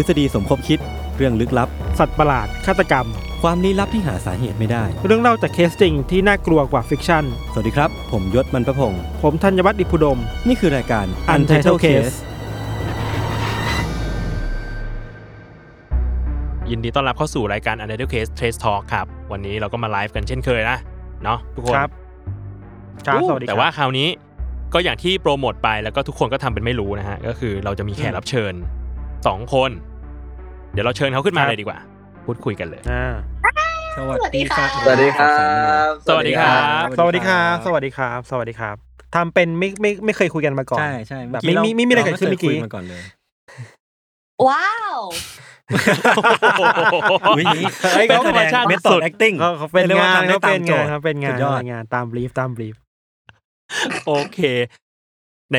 ทฤษฎีสมคบคิด เรื่องลึกลับ สัตว์ประหลาด ฆาตกรรม ความลี้ลับที่หาสาเหตุไม่ได้ เรื่องเล่าจากเคสจริงที่น่ากลัวกว่าฟิกชั่น สวัสดีครับ ผมยศมันประพงศ์ ผมธัญวัฒน์อิพุดม นี่คือรายการ Untitled Case ยินดีต้อนรับเข้าสู่รายการ u n d e r t a l Case Trace Talk ครับ วันนี้เราก็มาไลฟ์กันเช่นเคยนะ เนาะทุกคน ครับ ครับ อู้ สวัสดีครับ แต่ว่าคราวนี้ก็อย่างที่โปรโมทไปแล้วก็ทุกคนก็ทำเป็นไม่รู้นะฮะ ก็คือเราจะมีแขกรับเชิญ 2 คน เดี๋ยวเราเชิญเขาขึ้นมาเลยดีกว่า พูดคุยกันเลย อ่า สวัสดีครับ สวัสดีครับ สวัสดีครับ สวัสดีครับ สวัสดีครับ สวัสดีครับทำเป็นไม่ไม่ไม่เคยคุยกันมาก่อน ใช่ใช่ แบบมีมีมีมีอะไรเกิดขึ้นเมื่อกี้ มาก่อนเลย ว้าว อุ๊ย เป็นธรรมชาติ เม สุ อ ด ด acting เขาเขาเป็น รียกว่ งาน ทำได้ เขาตเป็นมโจทงาน ย์ เขาเป็นงาน สุดยอด เป็นงานตามบรีฟตามบรีฟ โอเคใน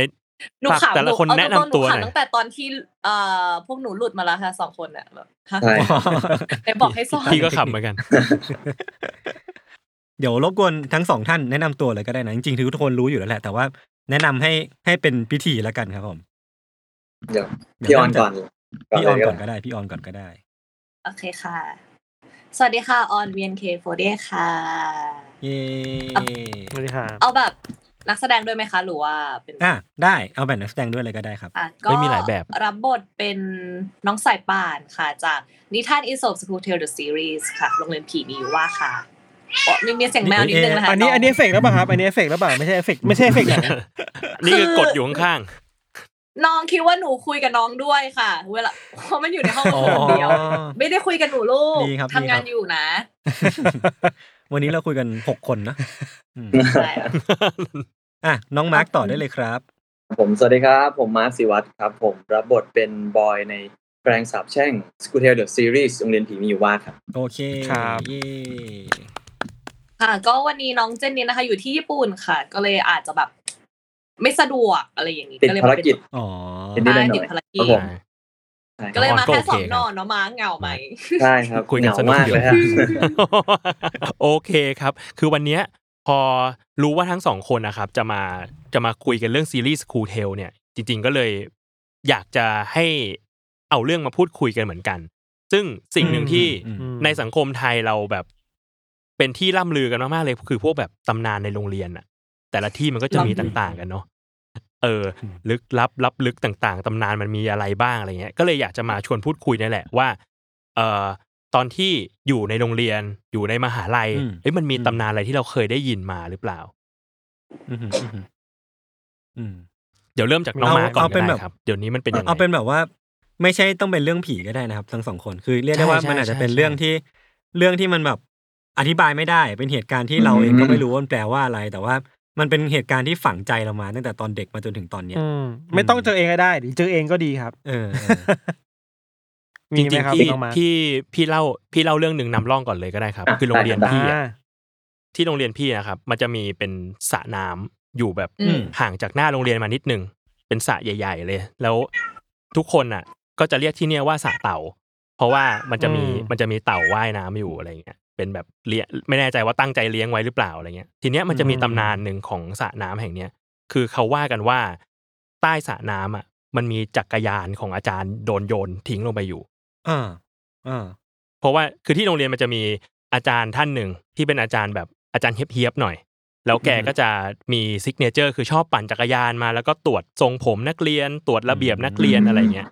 หนู ฝาก ขำ แต่ละคน หเอา แนะนำ รงๆ ตัวห ห น่อยนูขำตั้งแต่ตอนที่เอ่อพวกหนูหลุดมาแล้วค่ะสองคนเนี่ยแบบฮะ ใช่ ไหนบอกให้ซ่อน พี่ก็ขำเหมือนกัน เดี๋ยวรบกวนทั้งสองท่านแนะนำตัวเลยก็ได้นะ จริงๆทุกคนรู้อยู่แล้วแหละ แต่ว่าแนะนำให้ให้เป็นพิธีแล้วกันครับผม เดี๋ยวพี่ออนก่อน พี่ออน เลย ก่อนก็ได้พี่ออนก่อนก็ได้ โอเคค่ะ สวัสดีค่ะ ออน VNK48 ค่ะ เย้ สวัสดีครับ เอาแบบนักแสดงด้วยไหมคะ หรือว่าเป็น อ่ะได้เอาแบบนักแสดงด้วยเลยก็ได้ครับ อ่ะ ไม่มีหลายแบบ รับบทเป็นน้องสายป่านค่ะ จากนิทานอีสบสกูเทลเดอะซีรีส์ค่ะ โรงเรียนผีมีอยู่ว่าค่ะอ๋อมีมีเสียงแมวนิดนึงนะคะ อันนี้ ง อันนี้เอฟเฟกต์แล้วเปล่าครับ อันนี้เอฟเฟกต์แล้วเปล่าไม่ใช่เอฟเฟกต์ไม่ใช่เอฟเฟกต์หนัง นี่คือกดอยู่ข้าง น้องคิดว่าหนูคุยกับน้องด้วยค่ะ เวลาเพราะมันอยู่ในห้องกับหนูคนเดียว ไม่ได้คุยกับหนูลูก ดีครับ ทำงาน ดีครับ อยู่นะ วันนี้เราคุยกันหกคนนะอืม ใช่ ๆ อ่ะน้องมาร์กต่อได้เลยครับ ผมสวัสดีครับ ผมมาร์คศิวัตรครับ ผมรับบทเป็นบอยในแปลงสาบแช่ง s c o o t e l The Series โรงเรียนผีมีอยู่ว่าครับ โอเค ครับ เย้ ค่ะ ก็วันนี้น้องเจนนี่นะคะ อยู่ที่ญี่ปุ่นค่ะ ก็เลยอาจจะแบบ ไม่สะดวกอะไรอย่างนี้ ติด ก็เลย ภารกิจ อ๋อ เห็น ด ได้ หน่อยๆ ติดภารกิ ครับจผมใช่ ก็เลยมา ก็ แค่ โอเค สอคงรับ นอนเนาะมาเหงาไหม ใช่ครับ คุยกัน เห ส งา นุก มาก ดี เลยฮะ โอเคครับ คือวันเนี้ยพอรู้ว่าทั้งสองคนนะครับ จะมาจะมาคุยกันเรื่องซีรีส์ Cool Tale เนี่ย จริง ๆ ก็เลยอยากจะให้เอาเรื่องมาพูดคุยกันเหมือนกัน ซึ่งสิ่งหนึ่งที่ อืมอืม ในสังคมไทยเราแบบเป็นที่ล่ำลือกันมากๆเลยคือพวกแบบตำนานในโรงเรียนอะแต่ละที่มันก็จะมี ล่ำลือ ต่างๆกันเนาะ เออ ลึกลับลับลึกต่างๆ ตำนานมันมีอะไรบ้างอะไรเงี้ย ก็เลยอยากจะมาชวนพูดคุยนี่แหละว่า เอ่อ ตอนที่อยู่ในโรงเรียน อยู่ในมหาลัย อืม เอ้ย มันมี อืม ตำนานอะไรที่เราเคยได้ยินมาหรือเปล่า อืมอืมอืม เดี๋ยวเริ่มจากน้อง เอา มาก่อน เอาเป็ ก็ น ได้ แบบ ครับ เดี๋ยวนี้มันเป็นยังไง เอาเป็นแบบว่า ไม่ใช่ต้องเป็นเรื่องผีก็ได้นะครับ ทั้งสองคนคือเรียกได้ว่า ใช่ใช่ มันอาจจะ ใช่ เป็น ใช่ เรื่องที่เรื่องที่มันแบบอธิบายไม่ได้ เป็นเหตุการณ์ที่เราเองก็ไม่รู้ว่ามันแปลว่าอะไร แต่ว่ามันเป็นเหตุการณ์ที่ฝังใจเรามาตั้งแต่ตอนเด็กมาจนถึงตอนเนี้ย อืมไม่ต้องเจอเองก็ได้หรือเจอเองก็ดีครับ เออเออ จ มีไหม ริง ครับ ๆที่ น้องมาร์ค ที่พี่เล่าพี่เล่าเรื่องหนึ่งนำร่องก่อนเลยก็ได้ครับ อ่ะ คือโรงเรียน ได้ พี่ อ่า อะที่โรงเรียนพี่นะครับ มันจะมีเป็นสระน้ำอยู่แบบ อืม ห่างจากหน้าโรงเรียนมานิดนึง เป็นสระใหญ่ ๆ เลย แล้วทุกคนอ่ะ ก็จะเรียกที่เนี่ยว่าสระเต่า เพราะว่ามันจะมี อืม มันจะมีเต่าว่ายน้ำอยู่อะไรเงี้ยเป็นแบบเลี้ยงไม่แน่ใจว่าตั้งใจเลี้ยงไว้หรือเปล่าอะไรเงี้ย ทีเนี้ยมันจะมีตำนานหนึ่งของสระน้ำแห่งเนี้ย คือเขาว่ากันว่า ใต้สระน้ำอ่ะ มันมีจักรยานของอาจารย์โดนโยนทิ้งลงไปอยู่ อ่าอ่า เพราะว่าคือที่โรงเรียนมันจะมีอาจารย์ท่านหนึ่งที่เป็นอาจารย์แบบอาจารย์เฮียบๆหน่อย แล้วแกก็จะมีซิกเนเจอร์คือชอบปั่นจักรยานมา แล้วก็ตรวจทรงผมนักเรียน ตรวจระเบียบนักเรียนอะไรเงี้ย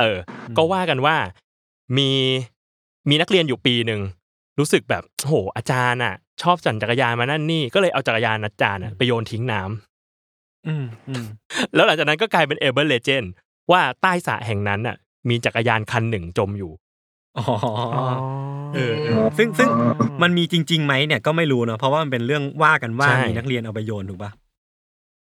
เออ ก็ว่ากันว่ามีมีนักเรียนอยู่ปีหนึ่ง รู้สึกแบบโหอาจารย์อ่ะ ชอบสั่นจักรยานมานั่นนี่ก็เลยเอาจักรยานอาจารย์อะไปโยนทิ้งน้ำ อืมอืม แล้วหลังจากนั้นก็กลายเป็นเอเบอร์เลเจนว่าใต้สระแห่งนั้นน่ะ มีจักรยานคันหนึ่งจมอยู่ อ๋อ เออ ซึ่งซึ่งมันมีจริงๆไหมเนี่ยก็ไม่รู้เนอะเพราะว่ามันเป็นเรื่องว่ากันว่า ใช่ มีนักเรียนเอาไปโยนถูกปะ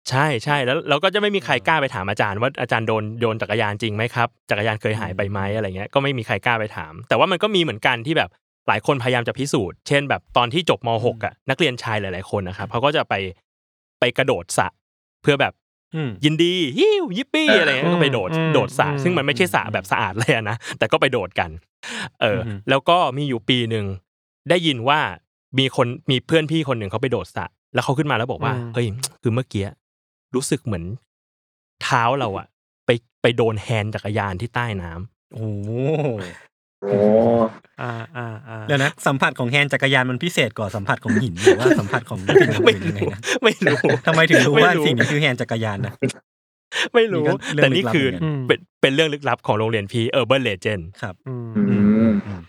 ใช่ใช่แล้วเราก็จะไม่มีใครกล้าไปถามอาจารย์ว่าอาจารย์โดนโยนจักรยานจริงไหมครับจักรยานเคยหายไปไหมอะไรเงี้ยก็ไม่มีใครกล้าไปถาม แต่ว่ามันก็มีเหมือนกันที่แบบหลายคนพยายามจะพิสูจน์เช่น แบบตอนที่จบม .6 อ่ะนักเรียนชายหลาย ๆคนนะครับเขาก็จะไปไปกระโดดสระเพื่อแบบ อืม ยินดีฮิวยิปปี้อะไรเงี้ยก็ไปโดด อืม โดดสระ อืม ซึ่งมันไม่ใช่สระแบบสะอาดเลยอะนะแต่ก็ไปโดดกัน เอออ ม แล้วก็มีอยู่ปีหนึ่งได้ยินว่ามีคนมีเพื่อนพี่คนหนึ่งเขาไปโดดสระแล้วเขาขึ้นมาแล้วบอกว่า อืม เฮ้ยคือเมื่อกี้รู้สึกเหมือนเท้าเราอะไปไปโดนแฮนด์จักรยานที่ใต้น้ำ โอ้โห โอ้ อ่าอ่าอ่า เดี๋ยวนะสัมผัสของแฮนด์จักรยานมันพิเศษกว่าสัมผัสของหินห รือว่าสัมผัสของสิ่ง ไม่ อื่นยังไง รู้ นะ ไม่รู้ ทำไมถึงรู้ว่า ไ สิ่งนี้คือแฮนด์จักรยานนะ ไม่รู้ นี่ก็เรื่อง แต่นี่คือ ลึกลับเหมือนกัน เป็นเป็นเรื่องลึกลับของโรงเรียนพีเออร์เบิร์เลเจน ครับ อืม อืม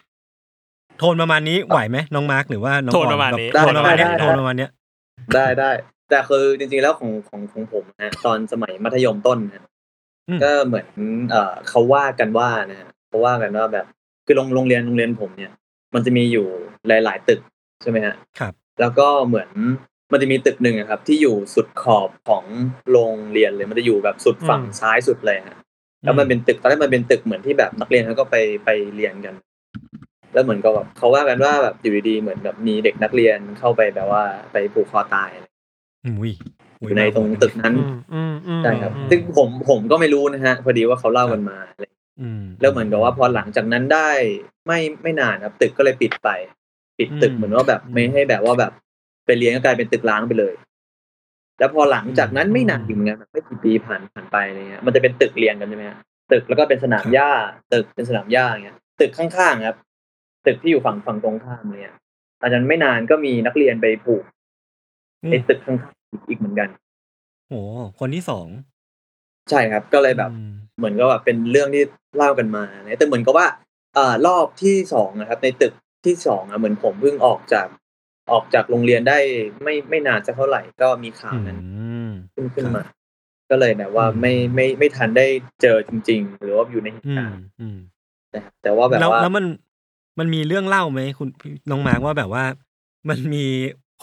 โทนประมาณนี้ไหวไหมน้องมาร์คหรือว่าน้อง โทนประมาณนี้ แบบโทนประมาณเนี้ย ได้ได้ได้ได้ได้โทนประมาณเนี้ยแต่คือจริงๆแล้วของของของผมนะฮะตอนสมัยมัธยมต้นนะฮะ อืม ก็เหมือนเอ่อเขาว่ากันว่านะฮะเขาว่ากันว่าแบบคือโรงโรงเรียนโรงเรียนผมเนี่ย มันจะมีอยู่หลาย ๆ ตึกใช่ไหมฮะ ครับ แล้วก็เหมือนมันจะมีตึกหนึ่งอะครับ ที่อยู่สุดขอบของโรงเรียนเลยมันจะอยู่แบบสุดฝั่งซ้ายสุดเลยฮะ แล้วมันเป็นตึกตอนแรกมันเป็นตึกเหมือนที่แบบนักเรียนเขาก็ไปไปเรียนกัน แล้วเหมือนกับแบบเขาว่ากันว่าแบบอยู่ดีๆเหมือนแบบมีเด็กนักเรียนเข้าไปแบบว่าไปผูกคอตายอะไร อุ้ย อ อุ้ย ยู่ในตรงตึกนั้น อืมอืมอืม ใช่ครับ อืม ซึ่งผมผมก็ไม่รู้นะฮะ พอดีว่าเขาเล่ากันมาอะไร อืม แล้วเหมือนกับว่าพอหลังจากนั้นได้ไม่ไม่นานครับ ตึกก็เลยปิดไป ปิดตึก อืม เหมือนว่าแบบไม่ให้แบบว่าแบบไปเรียนก็กลายเป็นตึกร้างไปเลย แล้วพอหลังจากนั้นไม่นานอยู่เหมือนกันแบบไม่กี่ปีผ่านผ่านไปอะไรเงี้ยมันจะเป็นตึกเรียงกันใช่ไหมฮะ ตึกแล้วก็เป็นสนามหญ้า ตึกเป็นสนามหญ้าอย่างเงี้ย ตึกข้างๆครับ ตึกที่อยู่ฝั่งฝั่งตรงข้ามเนี่ยหลังจากนั้นไม่นานก็มีนักเรียนไปผูก อืม ไอ้ตึกข้างๆอีกเหมือนกัน โอ้โหคนที่สอง ใช่ครับ ก็เลยแบบ อืม เหมือนก็แบบเป็นเรื่องที่เล่ากันมาเนี่ยแต่เหมือนกับว่าเอ่อรอบที่สองนะครับ ในตึกที่สองอะเหมือนผมเพิ่งออกจากออกจากโรงเรียนได้ไม่ไม่นานสักเท่าไหร่ก็มีข่าวนั้นขึ้นขึ้นมา ก็เลยแบบว่า อืม ไม่ไม่ไม่ทันได้เจอจริง ๆ หรือว่าอยู่ในเหตุ อื กาม รณ์ อืม นะครับแต่ว่าแบบ แล้ว ว่า แล้วมันมันมีเรื่องเล่าไหมคุณพี่น้องมาร์กว่าแบบว่า มันมี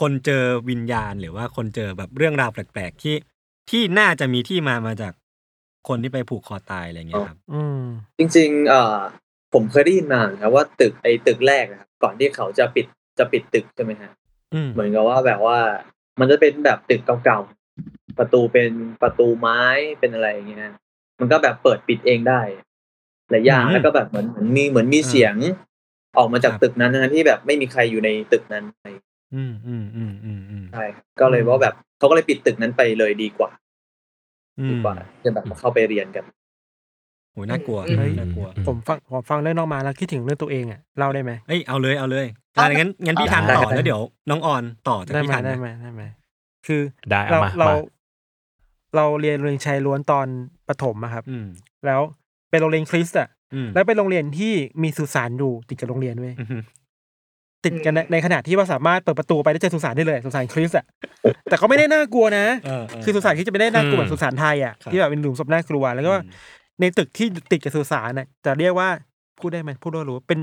คนเจอวิญญาณหรือว่าคนเจอแบบเรื่องราวแปลกๆที่ที่น่าจะมีที่มามาจากคนที่ไปผูกคอตายอะไรอย่างเงี้ยครับ อืม จริงๆเอ่อผมเคยได้ยินมานะครับว่าตึกไอ้ตึกแรกนะครับก่อนที่เขาจะปิดจะปิดตึกใช่ไหมฮะ อืม เหมือนกับว่าแบบว่า มันจะเป็นแบบตึกเก่าๆประตูเป็นประตูไม้เป็นอะไรอย่างเงี้ยฮะมันก็แบบเปิดปิดเองได้หลายอย่างแล้วก็แบบเหมือนเหมือนมีเหมือนมีเสียง ออกมาจากตึกนั้นนะที่แบบไม่มีใครอยู่ในตึกนั้น อืมอืมอืมอืมอืม ใช่ครับก็เลยว่าแบบเขาก็เลยปิดตึกนั้นไปเลยดีกว่า อืม ดีกว่าจะแบบเข้าไปเรียนกัน โหน่ากลัว อืม น่ากลัว อืม ผมฟังผมฟังเรื่องน้องมาแล้วคิดถึงเรื่องตัวเองอ่ะเล่าได้ไหม เอ้ยเอาเลยเอาเลยอ่ะงั้นงั้นพี่ทันต่อแล้วเดี๋ยว น้องออนต่อจาก ได้ พี่ ไหม ทัน ได้ไหมได้ไหมคือ ได้เอา เรา มา เรา มา เราเรียนโรงเรียนชายล้วนตอนประถมอะครับ อืม แล้วเป็นโรงเรียนคริสต์อะ อืม แล้วเป็นโรงเรียนที่มีสุสานอยู่ติดกับโรงเรียนเว้ย อืม ติดกันในในขณะที่ว่าสามารถเปิดประตูไปแล้วเจอสุสานได้เลยสุสานคริสต์อะแต่ก็ไม่ได้น่ากลัวนะ เเ คือสุสานคริสต์จะไม่ได้น่ากลัว อืม แบบสุสานไทยอะ ครับ ที่แบบเป็นหลุมศพน่ากลัวแล้วก็ อืม ในตึกที่ติดกับสุสานน่ะจะเรียกว่าพูดได้ไหมพูดได้รู้เป็น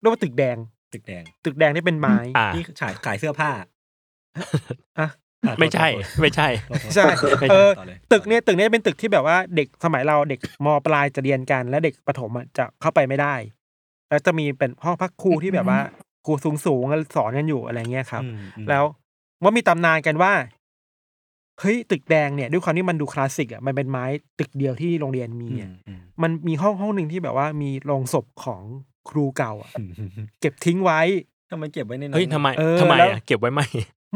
เรียกว่าตึกแดง ตึกแดง ตึกแดงที่เป็นไม้ อ่า ที่ขายขายเสื้อผ้า อ่ะ อ่ะ ไม่ใช่ไม่ใช่ โทษโทษ ใช่ ไม่ เอ ใช่ อ ต่อเลย ตึกเนี่ยตึกเนี่ยเป็นตึกที่แบบว่าเด็กสมัยเราเด็กมปลายจะเรียนกัน และเด็กประถมอ่ะจะเข้าไปไม่ได้ แล้วจะมีเป็นห้องพักครูที่แบบว่าครูสูงสูงๆสอนกันอยู่อะไรเงี้ยครับ อืมอืม แล้วว่ามีตำนานกันว่าเฮ้ยตึกแดงเนี่ยด้วยความที่มันดูคลาสสิกอ่ะมันเป็นไม้ตึกเดียวที่โรงเรียนมีอ่ะมันมีห้องห้องหนึ่งที่แบบว่ามีโลงศพของครูเก่าอ่ะ อืมอืมอืม เก็บทิ้งไว้ ทำไมเก็บไว้ในนั้น เฮ้ยทำไม เออ ทำไม แล้ว อ่ะเก็บไว้ไหม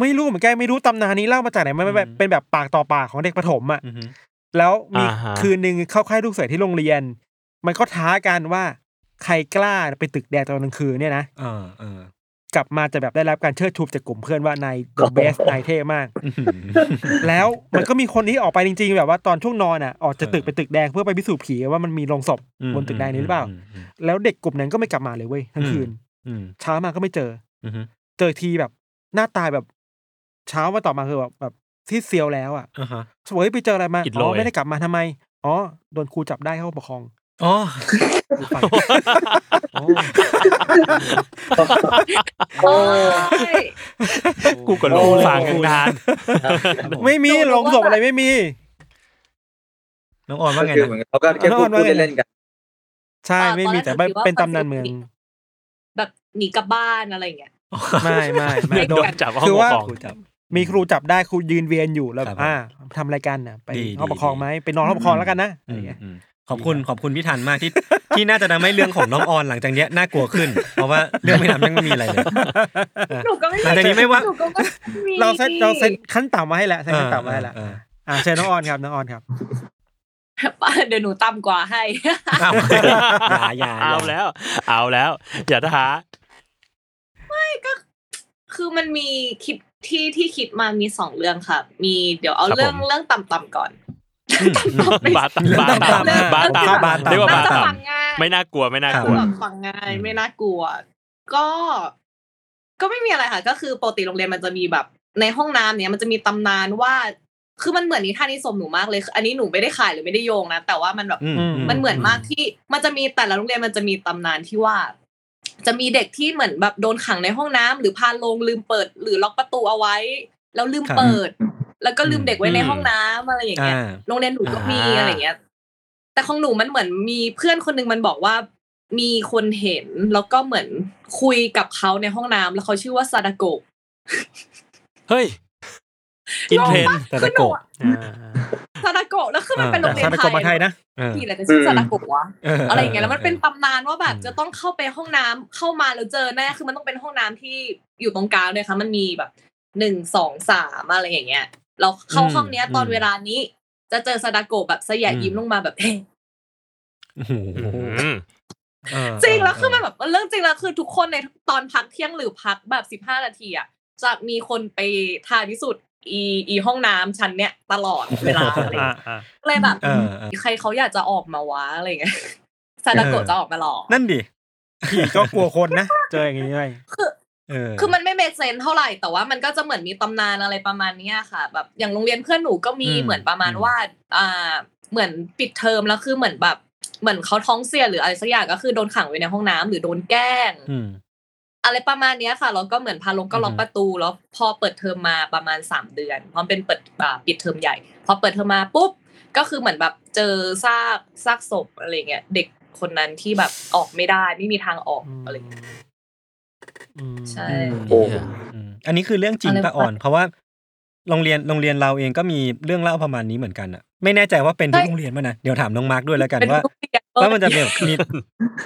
ไม่รู้เหมือนกันไม่รู้ตำนานนี้เล่ามาจากไหนมันเป็นแบบเป็นแบบปากต่อปากของเด็กประถมอ่ะ อืม แล้วมี อ่าฮะ คืนหนึ่งเข้าค่ายลูกเสือที่โรงเรียน มันก็ท้ากันว่าใครกล้าไปตึกแดงตอนกลางคืนเนี่ยนะ เออเออ กลับมาจะแบบได้รับการเชิดชูจากกลุ่มเพื่อนว่านายเดอะเบสนายเท่มาก อื้อหือ แล้วมันก็มีคนที่ออกไปจริงๆ แบบว่าตอนช่วงนอนอ่ะออกจากตึก เออ ไปตึกแดงเพื่อไปพิสูจน์ผีว่ามันมีโรงศพ อืม บนตึกแดงนี้หรือเปล่า มอืม แล้วเด็กกลุ่มนั้นก็ไม่กลับมาเลยเว้ยทั้งคืน อืม เช้ามาก็ไม่เจอ อืมอืม เจอทีแบบหน้าตายแบบเช้าวันต่อมาคือแบบแบบที่เซียวแล้วอ่ะ อ่าฮะ เฮ้ยไปเจออะไรมา อิดโร อ๋อย ไม่ได้กลับมาทำไมอ๋อโดนครูจับได้เข้าปกครอง อ๋อ กูไป อ๋อ โอ้ย กูก็รู้ฟังกันนาน ครับผ ไม่มี โดน โลงศพอะไรไม่มี น้องออนว่าไง คือ นะ เหมือนเขาก็แค่พูดพูดเล่นๆกัน ใช่ อ่า ไม่มี ต แต่ อนแรก ไม่ หนูคิดว่า เป็นตำนานเมือง คอนเซ็ปต์ แบบหนีกลับบ้านอะไรอย่างเงี้ย ไม่ไม่ไม่ โดนจับห้อง คือ ปก ว่า ครอง ครูจับ มีครูจับได้ครูยืนเวียนอยู่แล้ว ครับ อ่าทำรายการน่ะไป ดี ห้อง ดี ปกครอง ดี ไหมไปนอนห้องปกครองแล้วกันนะอะไรเงี้ย อืมขอบคุณขอบคุณพี่ทันมากที่ ที่น่าจะทำให้เรื่องของน้องออนหลังจากเนี้ยน่ากลัวขึ้น เพราะว่าเรื่องไม่ทำยังไม่มีอะไรเลย หนูก็ไม่ หลังจากนี้ไม่ว่า หนูก็ไม่มี เราเซตเราเซตขั้นต่ำมาให้แล้วเซตขั้นต่ำมาให้แล้ว เออ อ่าเชิญน้องออนครับน้องออนครับ เดี๋ยวหนูต่ำกว่าให้ อ้าวอย่าอย่า เอาแล้ว เอาแล้ว อย่าท้า คือมันมีคิดที่ที่คิดมามีสองเรื่องค่ะ มีเดี๋ยวเอา ครับ เรื่อง ผม เรื่องต่ำๆก่อน บาตามบาตามบาตาม บาตาม เรียกว่าบาตา น่ ม ฟังง่าย ไม่น่ากลัวไม่น่ากลัว น่าฟังง่าย ไม่น่ากลัว ก็ ก็ไม่มีอะไรค่ะ ก็คือปกติโรงเรียนมันจะมีแบบ ในห้องน้ำเนี่ยมันจะมีตำนานว่า คือมันเหมือนนิทานนิสมหนูมากเลยคืออันนี้หนูไม่ได้ขายหรือไม่ได้โยงนะ แต่ว่ามันแบบ อืม มันเหมือนมากที่มันจะมีแต่ละโรงเรียนมันจะมีตำนานที่ว่า จะมีเด็กที่เหมือนแบบโดนขังในห้องน้ำหรือพาลงลืมเปิด หรือล็อกประตูเอาไว้ แล้วลืมเปิด แล้วก็ลืมเด็กไว้ในห้องน้ำอะไรอย่างเงี้ย อ่า โรงเรียนหนูก็มี อ่า อะไรอย่างเงี้ย แต่ของหนูมันเหมือนมีเพื่อนคนหนึงมันบอกว่ามีคนเห็นแล้วก็เหมือนคุยกับเขาในห้องน้ำแล้วเขาชื่อว่าซาดาโกะ เฮ้ย อินเทรนด์ แต่ตะโกะ ซาดาโกะแล้วคือมันเป็นโรงเรีย ซาน ดาโกะมาไทยนะ เออ ที่อะไรจะชื่อซาดาโกะวะ เ อะไรอย่างเงี้ยแล้วมันเป็นตำนานว่าแบบ อืม จะต้องเข้าไปห้องน้ำเข้ามาแล้วเจอแน่คือมันต้องเป็นห้องน้ำที่อยู่ตรงกลางเลยค่ะมันมีแบบหนึ่งสองสามอะไรอย่างเงี้ย เราเข้าห้องเนี้ย ตอนเวลานี้ จะเจอซาดาโกะแบบสยะยิ้มลงมาแบบเฮ้ย โอ้โห อืม เออ จริงแล้วคือมันแบบเรื่องจริงแล้วคือทุกคนในตอนพักเที่ยงหรือพักแบบสิบห้านาทีอ่ะจะมีคนไปทายพิสูจน์อีอีห้องน้ำชั้นเนี้ยตลอดเว ลาอะไรอย่าง อ่า เงี้ย อ่า เลยแบบ เออเออ ใครเขาอยากจะออกมาวะอะไรอย่างเงี้ย ซาดาโกะจะออกมาหรอ นั่นดิ พี่ก็กลัวคนนะ เจออย่างงี้ด้วย เออ คือมันไม่เม e เซนเท่าไหร่แต่ว่ามันก็จะเหมือนมีตำนานอะไรประมาณเนี้ยค่ะ แบบอย่างโรงเรียนเพื่อนหนูก็มี อืม เหมือนประมาณ อืม ว่าอ่าเหมือนปิดเทอมแล้วคือเหมือนแบบเหมือนเขาท้องเสียหรืออะไรสักอย่างก็คือโดนขังไว้ในห้องน้ำหรือโดนแกล้ง ม อะไรประมาณเนี้ยค่ะแล้วก็เหมือนพาลงก็ล็อ อือกฮึ ประตูแล้วพอเปิดเทอมมาประมาณสามเดือนเพราะมันเป็นเปิดอ่าปิดเทอมใหญ่พอเปิดเทอมมาปุ๊บก็คือเหมือนแบบเจอซากซากศพอะไรเงี้ยเด็กคนนั้นที่แบบออกไม่ได้ไม่มีทางออกอะไรเงี้ย อืม ใช่ โอ้โห อืมอันนี้คือเรื่องจริง อะไร ปะอ่อน เพราะว่าโรงเรียนโรงเรียนเราเองก็มีเรื่องเล่าประมาณนี้เหมือนกันอ่ะ ไม่แน่ใจว่าเป็นทุ ใช่ กโรงเรียนมั้ยนะเดี๋ยวถามน้องมาร์กด้วยแล้วกัน เป็น ว่า ทุกเรียนเออ ว่ามันจะแบบมี